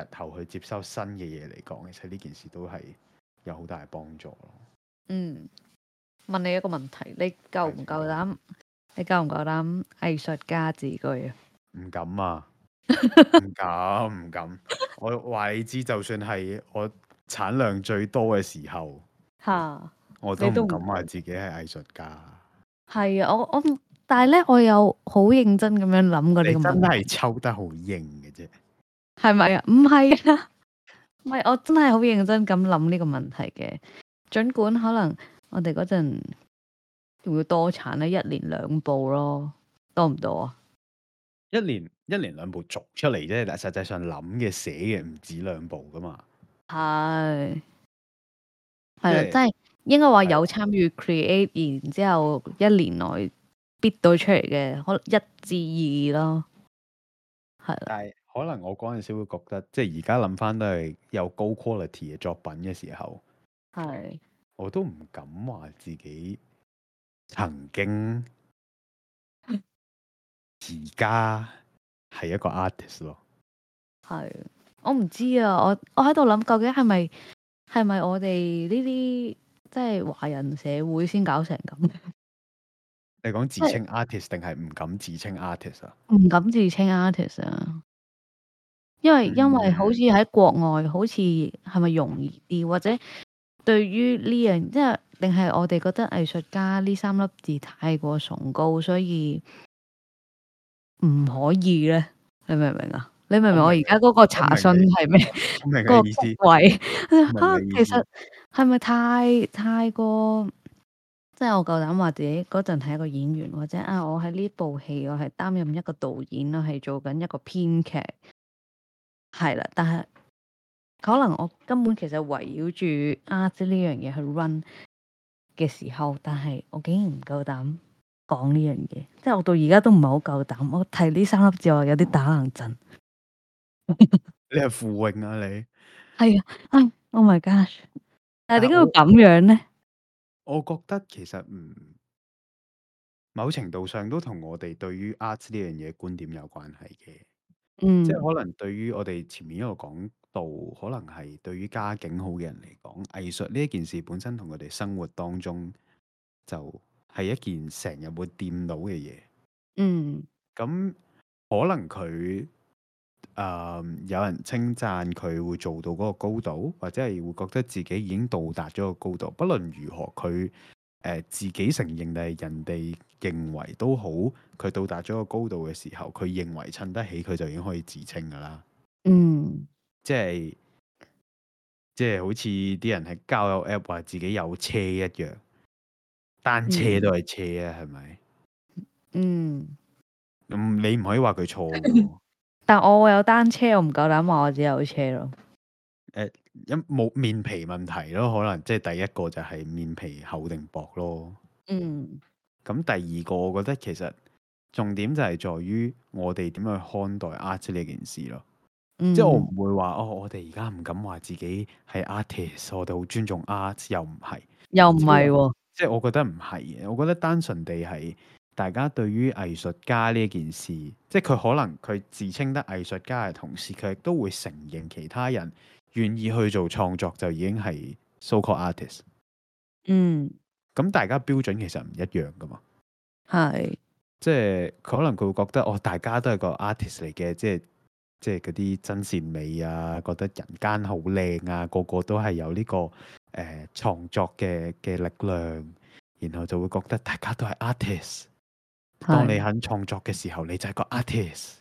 日後去接收新嘅嘢嚟講，其實呢件事都係有好大嘅幫助咯。
嗯，問你一個問題，你夠唔
係
夠膽？你夠唔夠膽藝術家自居啊？
唔敢啊，唔敢唔敢。我話你知，就算係我產量最多嘅時候，
嚇！
我都
你都
唔
唔
敢話
敢
自己係藝術家。
係啊，我我唔但係咧，我有好認真咁樣諗過
你
呢個
真
問題，
係抽得好硬嘅啫。
係咪啊？唔係啊，唔係我真係好認真咁諗呢個問題嘅。儘管可能我哋嗰陣要唔要多產咧？一年兩部咯，多唔多啊？
一年一年兩部逐出嚟啫，但實際上諗嘅寫嘅唔止兩部噶嘛。
係係啦，
即係
真係應該話
係
有參與 create，然之後一年內必到出嚟嘅，可能一至二咯，係啦，
但係可能我嗰陣時會覺得，即係而家諗翻都係有高 quality 嘅作品嘅時候，
係
我都唔敢話自己曾經而家係一個 artist 咯。
係。我唔知啊，我我喺度諗究竟係咪係咪我哋呢啲即係華人社會先搞成咁，
你講自
即係
稱 artist 定係唔敢自稱 artist 啊？
唔敢自稱 artist 啊？因為因為好似喺國外，好似係咪容易啲，或者對於呢樣即係定係我哋覺得藝術家呢三粒字太過崇高，所以唔可以咧？你明唔明啊？你明唔明我
我
而
明
家嗰個查詢
你
係咩？
我明
嗰
嘅
個
意思，
職位
明
啊，
你意
其
思
實係咪太太過？即係我夠膽話自己嗰陣係一個演員，或者啊，我喺呢部戲我係擔任一個導演啦，係做緊一個編劇，係啦。但係可能我根本其實圍繞住 art 呢樣嘢去 run 嘅時候，但係我竟然唔夠膽講呢樣嘢，即係我到而家都唔係好夠膽。我提呢三粒字，我有啲打冷震。
你係附泳啊你。
係啊，唉，Oh my gosh！
但係
但係點解會
我
咁樣咧？
我覺得其實唔某程度上都同我哋對於 art 呢樣嘢觀點有關係嘅。
嗯
即係可能對於我哋前面一路講到，可能係對於家境好嘅人嚟講，藝術呢一件事本身同佢哋生活當中就係一件成日會掂到嘅嘢。
嗯
咁可能佢誒、呃有人稱讚佢會做到嗰個高度，或者係會覺得自己已經到達咗個高度。不論如何，佢誒、呃自己承認定係人哋認為都好，佢到達咗個高度嘅時候，佢認為襯得起，佢就已經可以自稱㗎啦。
嗯
即係即係好似啲人喺交友 app 話自己有車一樣，單車
嗯
都係車啊，係咪？
嗯，
咁、你唔可以話佢錯㗎
<laughs>
喎。
但我有單車，我唔夠膽話我自己有車咯。
因冇面皮問題咯，可能即係第一個就係面皮厚定薄咯。
嗯
咁第二個，我覺得其實重點就係在於我哋點去看待 art 呢件事咯。
嗯，
即係我唔會話哦，我哋而家唔敢話自己係 artist，我哋好尊重 art，又唔係。
又唔
即係
係喎。
即係我覺得唔係嘅，我覺得單純地係大家對於藝術家呢件事，即係佢可能佢自稱得藝術家嘅同時，佢亦都會承認其他人願意去做創作就已經係 so called artist。
嗯，
咁大家標準其實唔一樣噶嘛，
係
即係可能佢會覺得哦，大家都係個 artist 嚟嘅，即係即係嗰啲真善美啊，覺得人間好靚啊，個個都係有呢、個誒、呃、創作嘅嘅力量，然後就會覺得大家都係 artist。當你
係
肯創作嘅時候，你就係個 artist，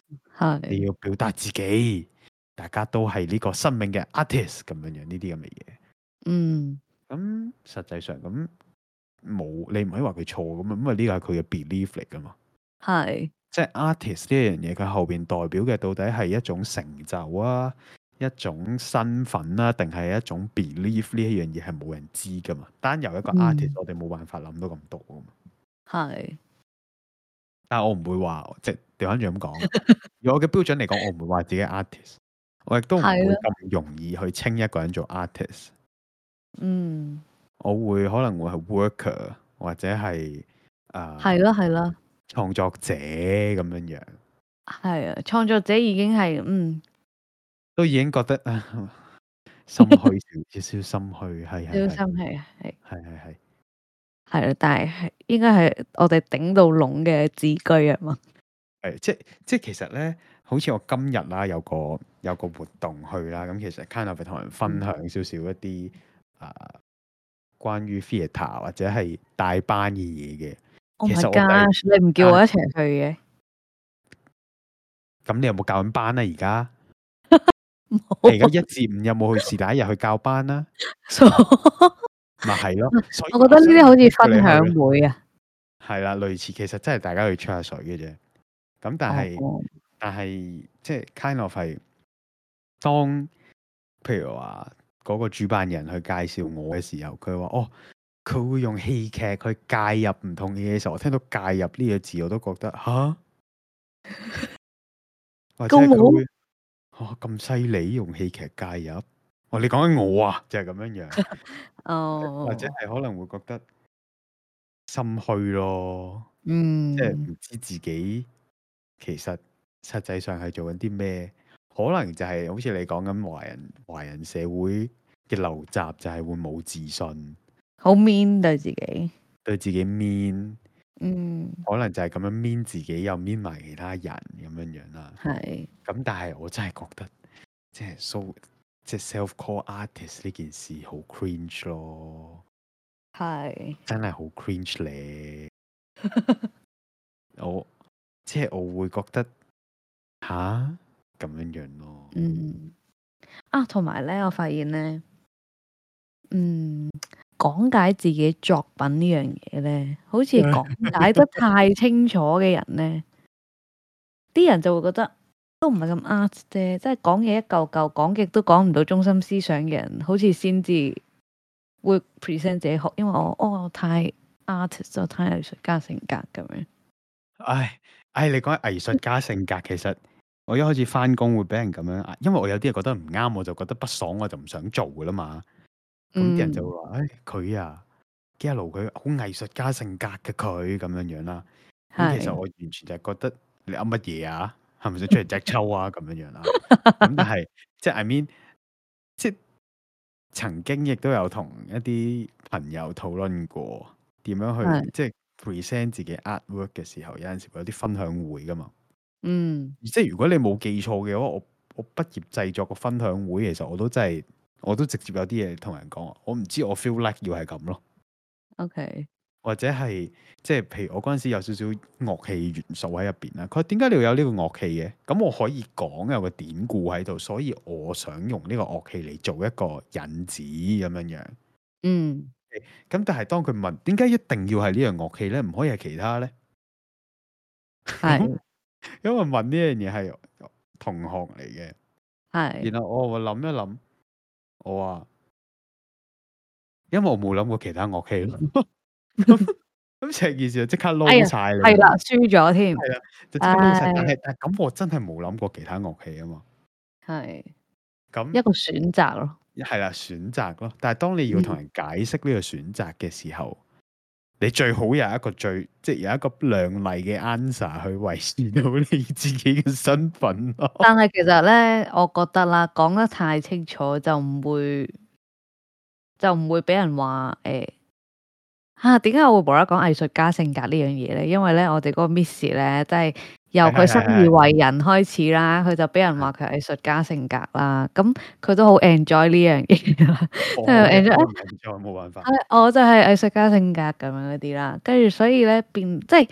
你
係
要表達自己，大家都係呢個生命嘅 artist 咁樣樣呢啲咁嘅嘢。
嗯
咁實際上咁冇，你唔可以話佢錯咁啊，因為呢個係佢嘅 belief 嚟噶嘛。
係
即係 artist 呢樣嘢，佢後邊代表嘅到底係一種成就啊，一種身份啊，定係一種 belief 呢一樣嘢係冇人知噶嘛。單由一個
嗯
artist，、我哋冇辦法諗到咁多噶嘛。
係
但係我唔會話，即係調翻轉咁講。
<laughs>
以我嘅標準嚟講，我唔會話自己係 artist，我亦都唔會
係啦
咁容易去稱一個人做 artist。
嗯
我會可能會係 worker 或者係啊、
係咯係咯
創作者咁樣樣，
係啊！創作者已經係嗯
都已經覺得啊心虛少少少心虛，係
小
係
心
係
係係
係係係
係啦，啊但係係應該係我哋頂到籠嘅字句啊嘛。
係呃即即其實咧，好似我今日啦有個有個活動去啦，咁其實 kind of 係同人分享
嗯
少少一啲啊、關於 theatre 或者係大班嘅嘢嘅。
Oh
其
my
實我
gosh！你唔叫我一齊去嘅， <laughs>
咁你有冇教緊班啊咧？而家你而
<laughs> 冇
家一至五有冇去是但一日去教班啦？
所以
咪係咯，所以
嗯我覺得呢啲好似分
你去
享會啊。
係啦，類似其實真係大家去吹下水嘅啫。咁但係、
哦
但係即係 kind of 係當譬如話嗰個主辦人去介紹我嘅時候，佢話哦，佢會用戲劇去介入唔同嘅嘢嘅時候，我聽到介入呢個字我都覺得
<laughs>
吓，或者係
咁好
佢會嚇咁犀利用戲劇介入。哦，你講緊我啊，就係、咁樣樣，
哦，
或者係可能會覺得心虛咯。
嗯
即係唔知自己其實實際上係做緊啲咩，可能就係好似你講緊華人華人社會嘅陋習，就係會冇自信，
好 mean 對自己。
對自己 mean，
嗯，
可能就係咁樣 mean 自己又 mean 埋其他人咁樣樣啦。
係
咁但係我真係覺得即係 so 即係 self call artist 呢件事好 cringe 咯，
係
真係好 cringe 咧。我即係我會覺得吓咁樣樣咯。
嗯啊，同埋咧，我發現咧，嗯，講解自己作品呢樣嘢咧，好似
嗯
講解得太清楚嘅人咧，啲人就會覺得都唔係咁 art 啫，即係講嘢一嚿嚿講極都講唔到中心思想嘅人，好似先至會 present 自己學，因為我哦我太 artist，我太藝術家性格咁樣。
唉唉，你講藝術家性格，其實我一開始翻工會俾人咁樣壓，因為我有啲嘢覺得唔啱，我就覺得不爽，我就唔想做噶啦嘛。咁啲人就會話：，唉，佢啊，一路佢好藝術家性格嘅佢咁樣樣啦。咁其實
嗯係
我完全就係覺得你噏乜嘢啊？係咪想出嚟隻抽啊？咁樣樣啦。咁但係即係 I mean，即係曾經亦都有同一啲朋友討論過點樣去
係
即係 present 自己 artwork 嘅時候，有陣時會有啲分享會噶嘛。
嗯
即係如果你冇記錯嘅話，我我畢業製作個分享會，其實我都真係我都直接有啲嘢同人講，我唔知我 feel like 要係咁咯。
，OK，
或者係即係譬如我嗰陣時有少少樂器元素喺入邊啦。佢話點解你要有呢個樂器嘅？咁我可以講有個典故喺度，所以我想用呢個樂器嚟做一個引子咁樣樣。 <laughs>
嗯
咁但係當佢問點解一定要係呢樣樂器咧，唔可以係其他咧？
係
<laughs> 因為問呢樣嘢係同學嚟嘅。
係
然後我我諗一諗，我話，因為我冇諗過其他樂器咯。 <laughs> 咁咁成件事就即刻
哎呀
撈晒啦，
係啦，輸咗添，
就即刻撈晒。
唉
但係但係咁，我真係冇諗過其他樂器啊嘛。
係一
咁
個選擇咯，
係啦，選擇咯。但係當你要
嗯
同人解釋呢個選擇嘅時候，你最好有一個最即係有一個亮麗嘅 answer 去維持到你自己嘅身份
<laughs>
咯。
但係其實咧，我覺得啦，講得太清楚就唔會就唔會俾人話誒嚇點解我會無啦啦講藝術家性格呢樣嘢咧？因為咧，我哋嗰個 Miss 咧，即係由
係係
佢生
係
而
係
為人開始啦，佢就俾人話佢藝術家性格啦。咁佢都好 enjoy 呢樣嘢啦。
我
係啊
嘅
Andrew-
我唔知我冇辦法。
啊我就係藝術家性格咁樣嗰啲啦，跟住所以咧變即係誒、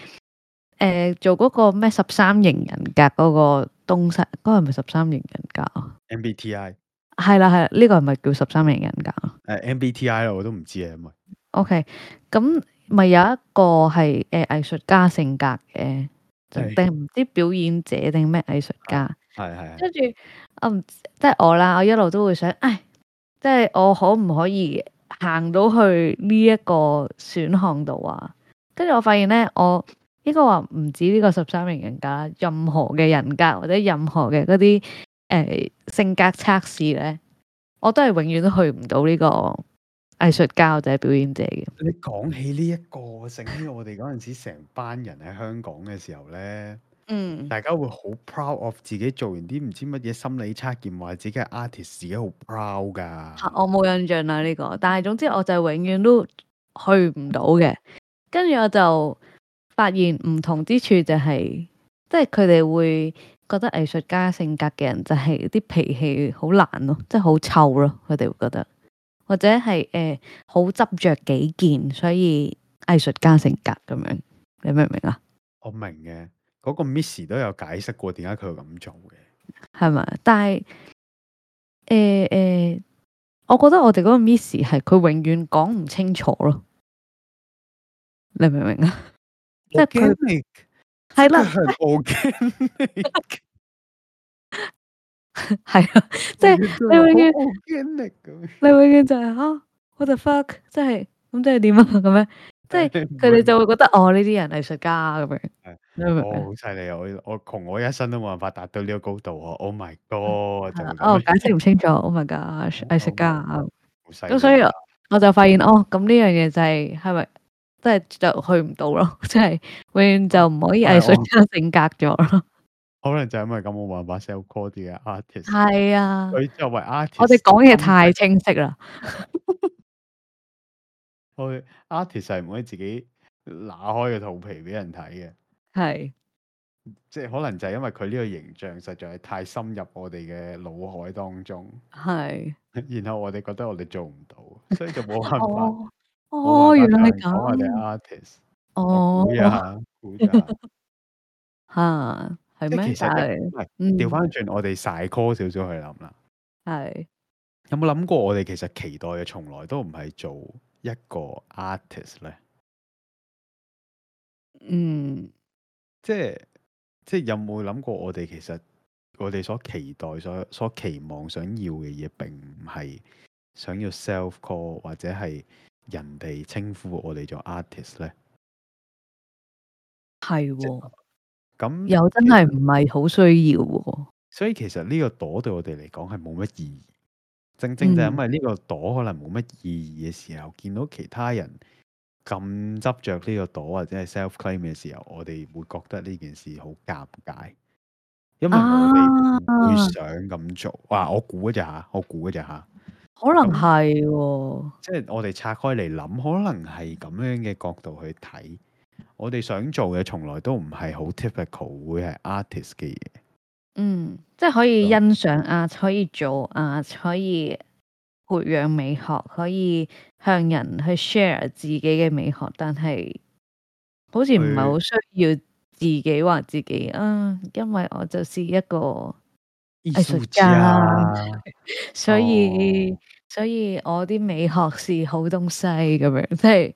呃做嗰個咩十三型人格嗰個東西，嗰、個係咪十三型人格啊？
MBTI
係啦係啦，呢、個係咪叫十三型人格啊
誒 MBTI 啦我都唔知啊，因為。
？OK，咁咪有一個係誒藝術家性格嘅，就
係
定唔知表演者定咩藝術家？
係係係
跟住我唔知即係我啦，我一路都會想，唉，即係我可唔可以行到去呢一個選項度啊？跟住我發現咧，我應該話唔止呢個十三型人格啦，任何嘅人格或者任何嘅嗰啲誒性格測試咧，我都係永遠都去唔到呢個藝術家或者表演者嘅。
你講起呢、一個，醒起我哋嗰陣時成班人喺香港嘅時候咧，
嗯，
大家會好 proud of 自己做完啲唔知乜嘢心理測驗，話自己係 artist，自己好 proud 噶。
啊我冇印象啦呢、個，但係總之我就永遠都去唔到嘅。跟住我就發現唔同之處就係、即係佢哋會覺得藝術家性格嘅人就係啲脾氣好爛咯，即係好臭咯，佢哋會覺得，或者係誒好執着己見，所以藝術家性格咁樣，你明唔明啊？
我明嘅，嗰、個 Miss 都有解釋過點解佢會咁做嘅。
係咪？但係誒誒，我覺得我哋嗰個 miss 係佢永遠講唔清楚咯，你明唔明啊？即係佢
Organic，即
係
係
啦，
係 organic，
<laughs> 係啊，即係你永遠
遠 organic 咁
你永遠就係啊，what the fuck，即係咁即係點啊咁樣，即係
樣，
佢哋就會覺得哦呢啲人藝術家啊咁樣，你明唔
我
明啊？
好犀利啊，我我窮我一生都冇辦法達到呢個高度啊！Oh my god，就會
哦，
咁樣哦
解釋唔清楚，oh my god，藝術家啊
<laughs> 好犀利啊。
咁所以我就發現哦，咁呢樣嘢就係係咪即係就去唔到咯， <laughs> 即係永遠就唔可以
係啊
藝術家性格咗咯。
可能就係因為咁冇辦法 sell call 啲嘅 artist。
係啊，
佢作為 artist，
我哋講嘢太清晰啦。
佢 artist 啊係唔可以自己拿開個肚皮俾人睇嘅，
係
即係可能就係因為佢呢個形象實在係太深入我哋嘅腦海當中，
係
然後我哋覺得我哋做唔到，所以就冇辦法。
哦哦，原來
來
係
講我哋啊
咁
artist。
哦
估一
<laughs>
下，估一下。
嚇係
即係
咩？
其實
但係
唔係
嗯
調翻轉，我哋晒 call 少少去諗啦。
係
有冇諗過我哋其實期待嘅從來都唔係做一個 artist 咧？
嗯
即係即係有冇諗過我哋其實我哋所期待、所所期望、想要嘅嘢，並唔係想要 self call 或者係人哋稱呼我哋做 artist 咧？
係喎，
咁
又真
其
係唔係好需要喎。
所以其實呢個朵對我哋嚟講係冇乜意義。正正就係
嗯
因為呢個朵可能冇乜意義嘅時候，見到其他人咁執着呢個朵或者係 self claim 嘅時候，我哋會覺得呢件事好尷尬，因為我哋唔會
啊
想咁做。哇！我估嘅咋嚇，我估嘅咋嚇。
可能係喎，
即係我哋拆開嚟諗，可能係咁樣嘅角度去睇，我哋想做嘅從來都唔係好 typical 會係 artist 嘅嘢。
嗯，即係可以欣賞啊，可以做啊，可以培養美學，可以向人去 share 自己嘅美學，但係好似唔係好需要自己話自己啊，因為我就是一個，
藝
術
啊
家啊所
哦
以、所以我啲美學是好東西咁樣，即係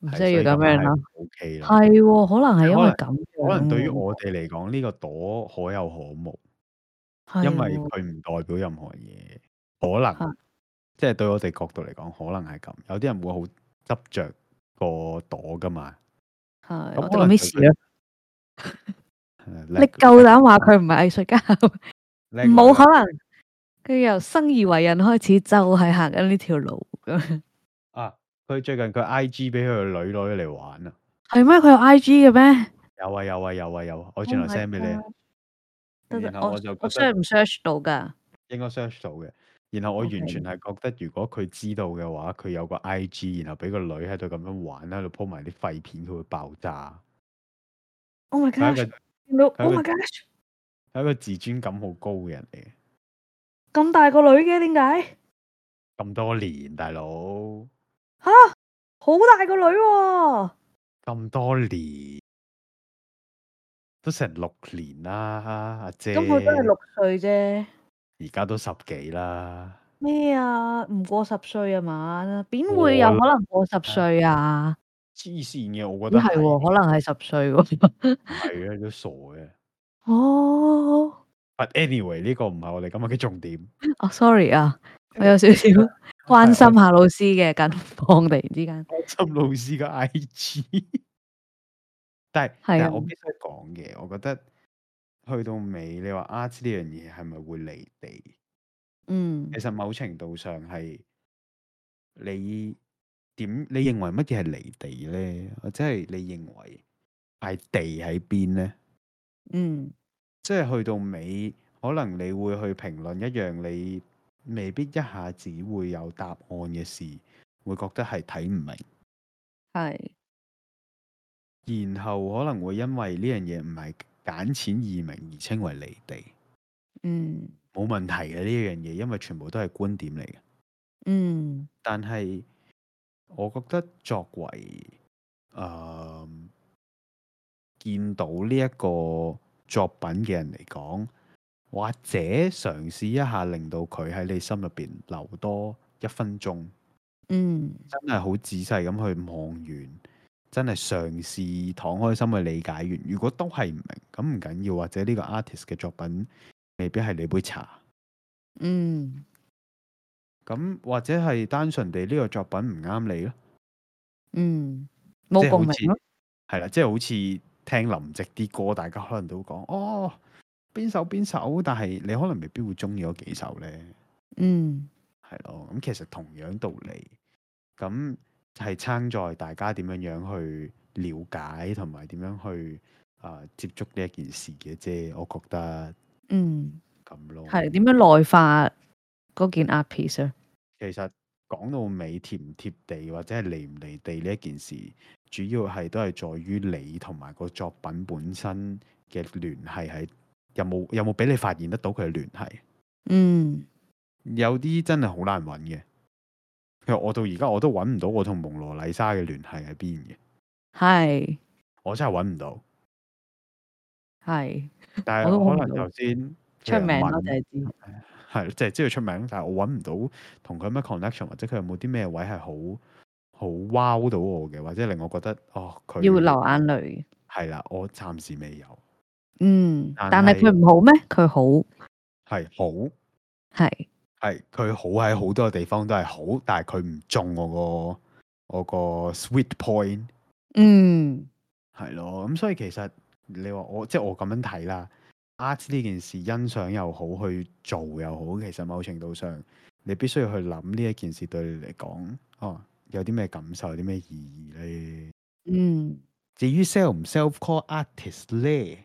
唔需要咁樣咯。。
O K 啦，
係啊喎，可能係因為咁樣喎，
啊可能對於我哋嚟講，呢、個朵可有可無，
係
因為
喎
佢唔代表任何嘢，可能
係
即係對我哋角度嚟講，可能係咁。有啲人會好執着個朵噶嘛。
係
咁
我
可
哋
能
咩
佢
事
佢
咯？你夠膽話佢唔係藝術家？
叻女
冇
啦
可能，佢由生而為人開始就係行緊呢條路咁。
啊！佢最近佢 I G 俾佢個女女嚟玩啊！
係咩？佢有 I G 嘅咩？
有啊有啊有啊有啊！我轉頭
Oh my
send 俾你啊。
得得
然後我就
我
覺得
search 唔 search 到㗎？
應該 search 到嘅。然後我
OK
完全係覺得，如果佢知道嘅話，佢有個 I G，然後俾個女喺度咁樣玩，喺度 po 埋啲廢片，佢會爆炸。
Oh my
佢係
gosh！
一個
見到
佢係
Oh my
一個
gosh！
佢係一個自尊感好高嘅人嚟嘅。
咁大個女嘅點解？
咁多年，大佬
好大個女喎！
咁多年，都成六年啦，阿姐。
咁佢都係六歲啫。
而家都十幾啦。
咩啊？唔過十歲啊嘛？邊會有可能過十歲啊？
黐線嘅，我覺
咦
得
係
係
喎，可能係十歲喎。
係啊，都傻嘅。
哦，
But anyway，呢個唔係我哋今日嘅重點。
哦，sorry 啊，我有少少關心下老師嘅近況，突然之間。
心老師嘅 I G，但係
係
但
啊
係我必須講嘅，我覺得去到尾，你話 art 呢樣嘢係咪會離地？
嗯
其實某程度上係你點，你認為乜嘢係離地咧？或者係你認為係地喺邊咧？
嗯
即係去到尾，可能你會去評論一樣你未必一下子會有答案嘅事，會覺得係睇唔明。
係
然後可能會因為呢樣嘢唔係簡淺易明而稱為離地，
嗯
冇問題嘅呢樣嘢，因為全部都係觀點嚟嘅。
嗯
但係我覺得作為誒、呃、見到呢一個作品嘅人嚟講，或者嘗試一下令到佢喺你心入邊留多一分鐘。
嗯
真係好仔細咁去望完，真係嘗試敞開心去理解完。如果都係唔明，咁唔緊要，或者呢個 artist 嘅作品未必係你杯茶。
嗯
咁或者係單純地呢個作品唔啱你咯，
嗯，
即
冇
係好
共鳴咯
似，係啦，即係好似聽林夕啲歌，大家可能都講哦邊首邊首，但係你可能未必會中意嗰幾首呢。
嗯
係咯，咁其實同樣道理，咁係撐在大家點樣樣去了解同埋點樣去啊、接觸呢一件事嘅啫，我覺得
嗯，
咁咯。
係點樣內化嗰件 art piece 啊？
其實講到尾貼唔貼地或者係離唔離地呢一件事，主要係都係在於你同埋個作品本身嘅聯繫係有冇有冇俾你發現得到佢嘅聯繫。
嗯
有啲真係好難揾嘅。其實我到而家我都揾唔到我同蒙羅麗莎嘅聯繫喺邊嘅，
係
我真係揾唔到。
係
但
我都
係
揾唔
可能
到
頭先
出名咯，就
係
係知
係即係知道出名，但係我揾唔到同佢有咩 connection，或者佢有冇啲咩位係好好 wow 到我嘅，或者令我覺得哦佢
要流眼淚。
係啦，我暫時未有
嗯，
但
但係佢
係
唔好咩？佢好
係好
係
係佢好喺好多地方都係好，但係佢唔中我個我個 sweet point。
嗯
係咯，咁所以其實你話我即係我咁樣睇啦，art 呢件事欣賞又好，去做又好，其實某程度上你必須要去諗呢一件事對你嚟講，哦，有啲咩感受，有啲咩意義咧？
嗯，
至於 self 唔 self call artist 咧，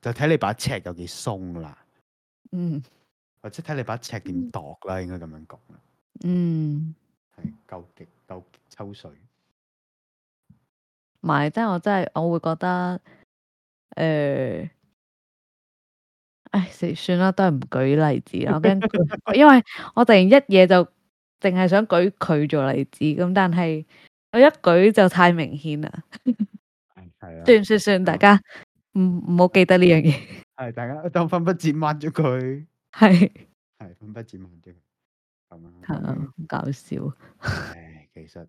就睇你把尺有幾鬆啦，
嗯，
或者睇你把尺點度啦，應該咁樣講啦，
嗯，
係夠極夠極抽
<laughs>
水。
唔係，真係我真係我會覺得，誒、唉，算算啦，都係唔舉例子啦。我驚佢因為我突然一嘢就淨係想舉佢做例子，咁但係我一舉就太明顯啦。
係啊，
算算算，大家唔唔好記得呢樣嘢，
係大家當分筆剪抹咗佢，
係
係分筆剪抹咗佢，咁啊。
係啊，好搞笑。
唉，其實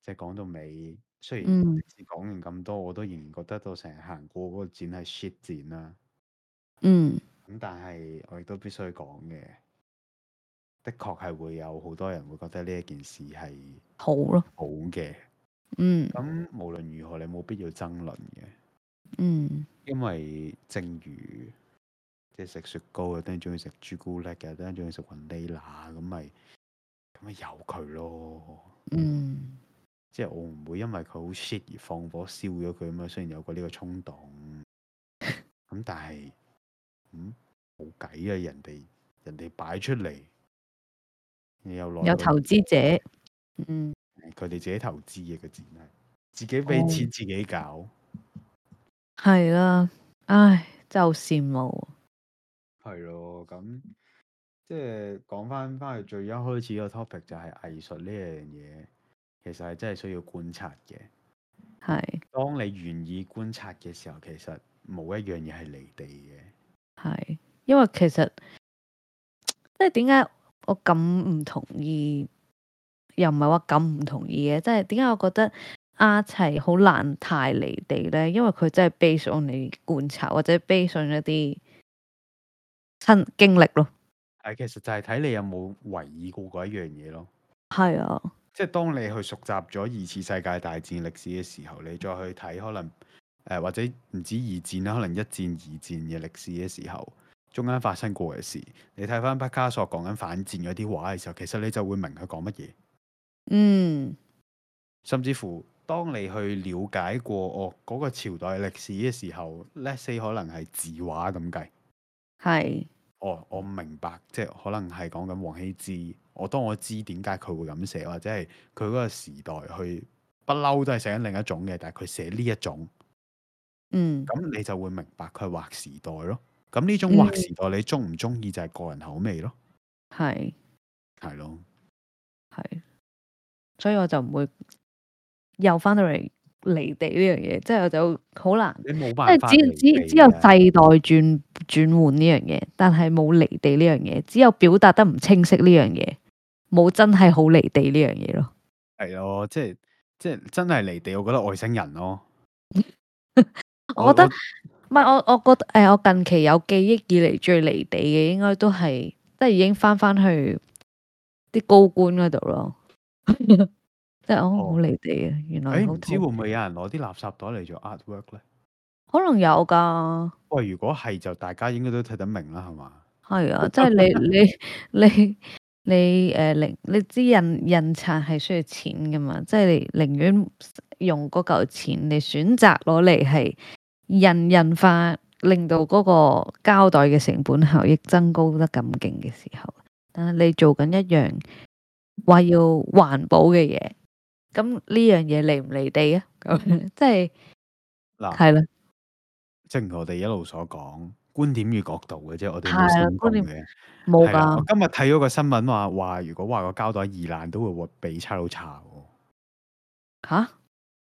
即係講到尾，雖然
嗯
講完咁多，我都仍然覺得到成日行過嗰個展係 shit 展啦。
嗯
咁但係我亦都必須講嘅，的確係會有好多人會覺得呢一件事係
好咯，
好嘅。
嗯
咁無論如何，你冇必要爭論嘅，
嗯
因為正如即係食雪糕，有啲人中意食朱古力嘅，有啲人中意食雲呢拿，咁咪咁咪由佢咯。
嗯
即係我唔會因為佢好 shit 而放火燒咗佢啊嘛。雖然有過呢個衝動，咁但係，嗯，冇計啊！人哋人哋擺出嚟，你有內
有
裏
投資者，嗯
佢哋自己投資嘅個展係，自己俾
哦
錢自己搞，
係啦，唉，真係好羨慕。
係咯。咁即係講翻翻去最一開始個 topic 就係藝術呢樣嘢，其實係真係需要觀察嘅。
係
當你願意觀察嘅時候，其實冇一樣嘢係離地嘅。
係，因為其實即係點解我咁唔同意，又唔係話咁唔同意嘅，即係點解我覺得 art 係好難太離地咧？因為佢真係 base on 你觀察或者 base on 一啲親經歷咯。
誒，其實就係睇你有冇為意過嗰一樣嘢咯。
係啊，
即係當你去熟習咗二次世界大戰歷史嘅時候，你再去睇可能誒、呃或者唔止二戰啦，可能一戰、二戰嘅歷史嘅時候，中間發生過嘅事，你睇翻畢加索講緊反戰嗰啲畫嘅時候，其實你就會明佢講乜嘢。
嗯
甚至乎當你去了解過哦嗰、個朝代歷史嘅時候，let's say 可能係字畫咁計。
係，
哦，我明白，即係可能係講緊王羲之。我當我知點解佢會咁寫，或者係佢嗰個時代去不嬲都係寫緊另一種嘅，但係佢寫呢一種，
嗯
咁你就會明白佢係畫時代咯。咁呢種畫時代，你中唔中意就係個人口味咯，
係。
係咯。
系，所以我就唔會又翻到嚟離地呢樣嘢，即係我就好難，
你冇
即
辦法
係
離
只只
地
只有
啊
世代轉轉換呢樣嘢，但係冇離地呢樣嘢，只有表達得唔清晰呢樣嘢，冇真係好離地呢樣嘢咯。
係咯，即係即係真係離地，我覺得外星人咯。哦
我覺得唔係我，我覺得誒、我近期有記憶以嚟最離地嘅，應該都係即係已經翻翻去啲高官嗰度咯。 <laughs> 即係我好離地啊！原來
哦誒
好
唔知會唔
痛，
會有人攞啲垃圾袋嚟做 artwork 咧？
可能有㗎。
喂，如果係就大家應該都睇得明啦，係嘛？<laughs>
係啊，即係你你你你诶，呃寧你知印印刷係需要錢噶嘛？即係你寧願用嗰嚿錢，你選擇攞嚟係印印化，令到嗰個膠袋嘅成本效益增高得咁勁嘅時候，但係你做緊一樣話要環保嘅嘢，咁呢樣嘢離唔離地啊？咁樣即係
嗱。
係啦，
正如我哋一路所講，觀點與角度嘅啫，我哋冇
係啦啊
深
觀
講
點
嘅。
冇
係啦
㗎
我，今日睇咗個新聞話話，如果話個膠袋易爛，都會被差佬查
吓？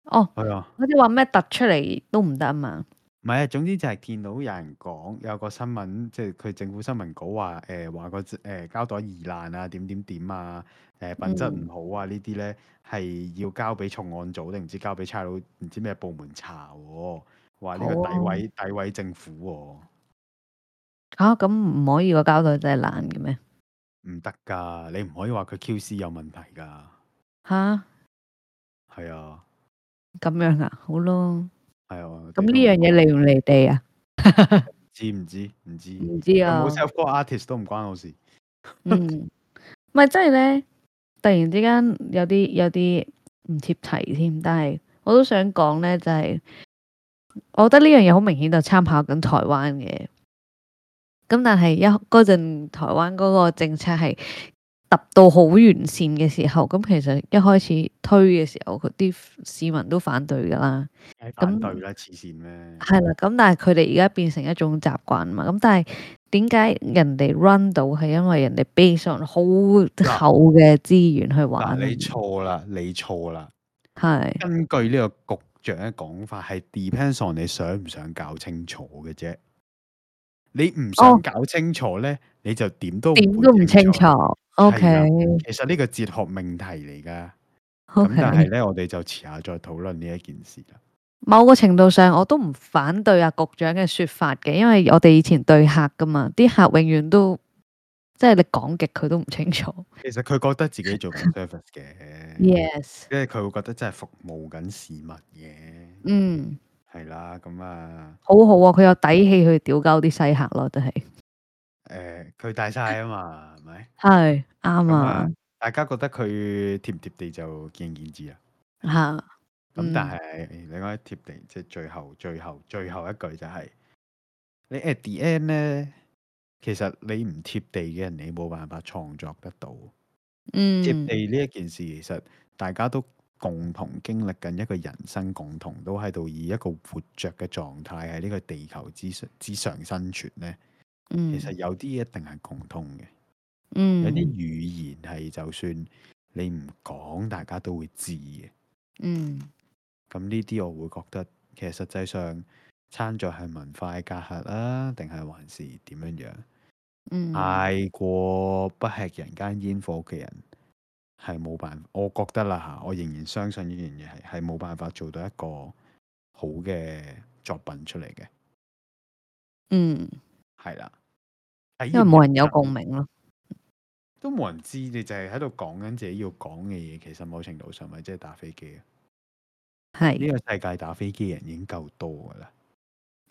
哦，
喎。係啊，
好似話咩突出嚟都唔得啊嘛。
唔係啊，總之就係見到有人講有個新聞，即係佢政府新聞稿話誒話個誒、呃、膠袋易爛啊，點點點啊，誒、品質唔好啊，呢啲咧係要交俾重案組定唔知交俾差佬唔知咩部門查喎。話呢個
好啊
詆毀詆毀政府喎、
吓啊咁唔可以個膠袋真係爛嘅咩？
唔得㗎，你唔可以話佢 QC 有問題㗎。
吓
係啊。
咁樣啊，好咯。
系啊，
咁呢樣嘢離唔離地啊？
知唔知？唔知
唔知
有
啊
冇。self call artist 都唔關我事。
嗯，咪即係咧，突然之間有啲有啲唔貼題添，但係我都想講呢，就係、我覺得呢樣嘢好明顯就參考緊台灣嘅。咁但係一嗰陣台灣嗰個政策係揼到好完善嘅時候，咁其實一開始推嘅時候，佢啲市民都反對㗎啦。
反對啦，黐線咩？
係啦，咁但係佢哋而家變成一種習慣啊嘛。咁但係點解人哋 run 到係因為人哋 base on 好厚嘅資源去玩
嗱，
啊？
你錯啦，你錯啦。
係
根據呢個局長嘅講法，係 depends on 你想唔想搞清楚嘅啫。你唔
哦
想搞清楚咧，你就點都
點都唔清楚。。O
係
K
啦其實呢個哲學命題嚟㗎。
O
咁但係
K，
咧，我哋就遲下再討論呢一件事啦。
某個程度上我都唔反對阿局長嘅說法嘅，因為我哋以前對客噶嘛，啲客永遠都即係你講極佢都唔清楚。
其實佢覺得自己做
<laughs>
緊 service 嘅，
Yes，
即係佢會覺得真係服務緊市民嘅，
嗯，
係啦。咁啊，
好好啊，佢有底氣去屌鳩啲西客咯，真係
誒，佢大晒啊嘛，係咪？
係啱
咁
啊
啊，大家覺得佢貼唔貼地就見仁見智啦。
吓。
咁
嗯
但係你講貼地，即係最後、最後、最後一句就係、你 at the end 咧，其實你唔貼地嘅人，你冇辦法創作得到。
嗯，
貼地呢一件事，其實大家都共同經歷緊一個人生，共同都喺度以一個活着嘅狀態喺呢個地球之上之上生存呢。
嗯，
其實有啲一定係共通嘅，
嗯
有啲語言係就算你唔講，大家都會知嘅。
嗯
咁呢啲我會覺得其實實際上參咗係文化嘅隔閡啦，定係還是點樣樣？
嗯
太過不吃人間煙火嘅人係冇辦法，我覺得啦嚇，我仍然相信呢樣嘢係係冇辦法做到一個好嘅作品出嚟嘅，
嗯，
係啦。體
因為
驗
冇
一
人有
陣
共鳴咯。
都冇人知，你就係喺度講緊自己要講嘅嘢，其實某程度上咪即係打飛機啊！呢、
係，
個世界打飛機嘅人已經夠多噶啦，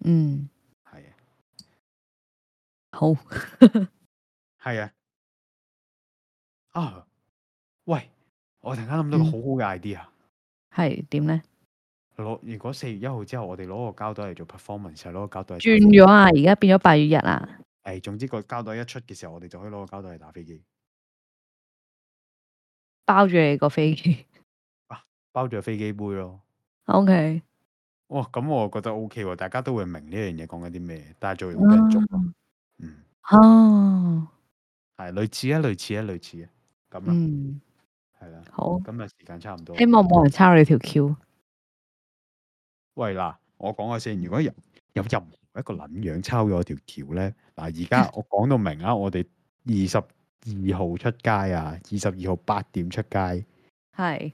嗯，
係啊，
好，
係啊，啊，喂，我突然間諗到個
嗯
好好嘅 idea 啊！
係點咧？
攞如果四月一號之後，我哋攞個膠袋嚟做 performance，係攞個膠袋嚟打
轉
飛機。
咗啊！而家變咗八月一啊！
誒，總之個膠袋一出嘅時候，我哋就可以攞個膠袋嚟打飛機，
包住你個飛機。 <laughs>
包住個飛機杯咯。
O K，
哇，咁我覺得 O K 喎，大家都會明呢樣嘢講緊啲咩，但係做完好多人做。嗯，
哦，
係類似啊，類似啊，類似啊，咁啦，
嗯，
係啦。
好，
今日時間差唔多。
希望冇人抄你條 Q。
喂嗱，我講下先，如果有有任何一個撚樣抄咗我條橋咧，嗱而
<laughs>
家我講到明啊，我哋二十二號出街啊，二十二號八點出街。
係，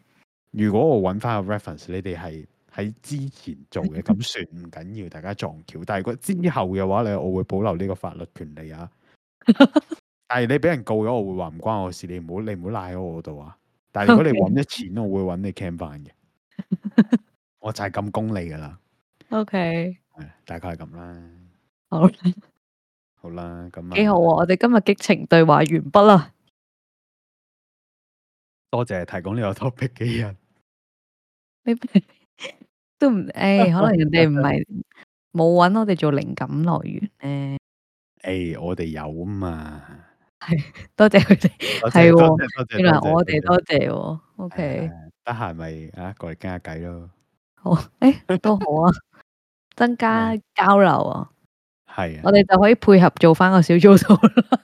如果我揾翻個 reference，你哋係喺之前做
<laughs>
嘅，咁算唔緊要，大家撞橋。但係如果之後嘅話咧，我會保留呢個法律權利
<laughs>
啊。但係你俾人告咗，我會話唔關我事，你唔好你唔好賴喺我度啊。但係如果
<laughs>
你
OK
揾咗錢，我會揾你 cam 翻
<laughs>
嘅。我就係咁功利噶啦，
O K，
係大概係咁啦。
好啦，
好啦，咁啊
幾好啊！我哋今日激情對話完畢啦。 <laughs>
多謝提供呢個 topic 嘅人。
咩咩都唔，
<laughs>
誒，可能人哋唔係冇揾我哋做靈感來源咧。
誒、我哋有啊嘛？
多謝佢哋，
多
係
謝
喎
多謝多謝
原來
多謝
我哋
多謝
多謝喎。O K。
得閒咪啊過嚟傾下偈咯。
好，诶、都好啊，增加交流啊，
係啊
我。哋就可以配合做翻個小組討 <laughs> 論。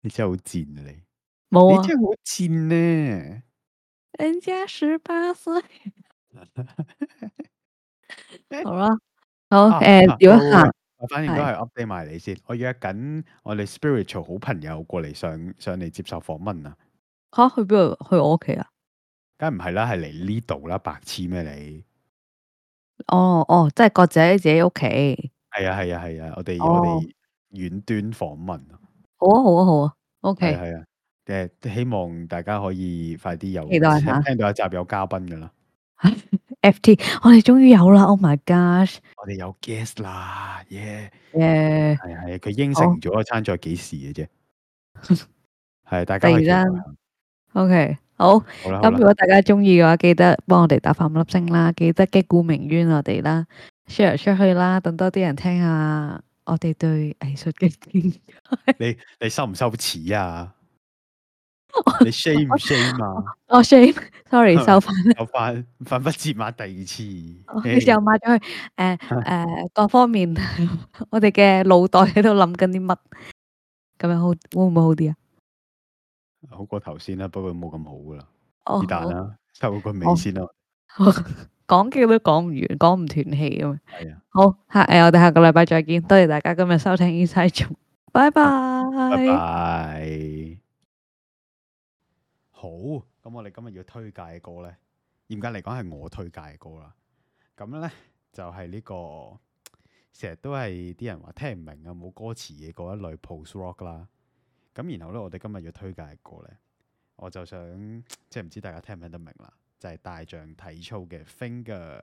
你真係好賤啊你！
冇
你
啊，
真係好賤呢！
人家十八歲。好啦，
啊
好诶，
啊
如果
喂喂
下
喂反正都係 update 埋你先。我約緊我哋 spiritual 好朋友過嚟上上嚟接受訪問啊！
吓去邊度？去我屋企啊？
梗唔係啦，係嚟呢度啦，白痴咩你？
哦哦，即係各自喺自己屋企。
係啊係啊係啊！我哋
哦
我哋遠端訪問啊，
好啊，好啊，好啊。O
係
K，
啊係啊！誒，希望大家可以快啲有
期待下
聽到一集有嘉賓㗎啦，
F T，我哋終於有啦！Oh my gosh，
我哋有 guest 啦，耶！
诶，
啊
哦 <laughs>
係係，佢應承咗餐再幾時嘅啫。係啊大家可以
突然
期待下
OK，好。
好啦，好啦
咁如果大家中意嘅話，記得幫我哋打翻五粒星啦，記得擊鼓鳴冤我哋啦，share 出去啦，等多啲人聽下我哋對藝術 <laughs> 嘅見解。
你你收唔收恥啊？
<laughs>
你 shame 唔 shame 啊？
我 shame，sorry 收翻，
又犯犯不折馬第二次，
<laughs> 你又買咗去誒誒各方 <laughs> 面，我哋嘅腦 <laughs> 袋喺度諗緊啲乜，咁樣好會唔會好啲啊？
好過頭先啦，不過冇咁好噶啦，
哦
是，但啦，收個
好
尾先啦。
講極都講唔完，講唔斷氣咁樣。
係啊，
好，下誒我哋下個禮拜再見，多謝大家今日收聽 Inside Joke，拜
拜
拜。
拜。好，咁我哋今日要推介嘅歌咧，嚴格嚟講係我推介嘅歌啦。咁咧就係呢個成日都係啲人話聽唔明啊，冇歌詞嘅嗰一類 post rock 啦。咁然後咧，我哋今日要推介嘅歌咧，我就想即係唔知大家聽唔聽得明啦，就係、大象體操嘅 Finger。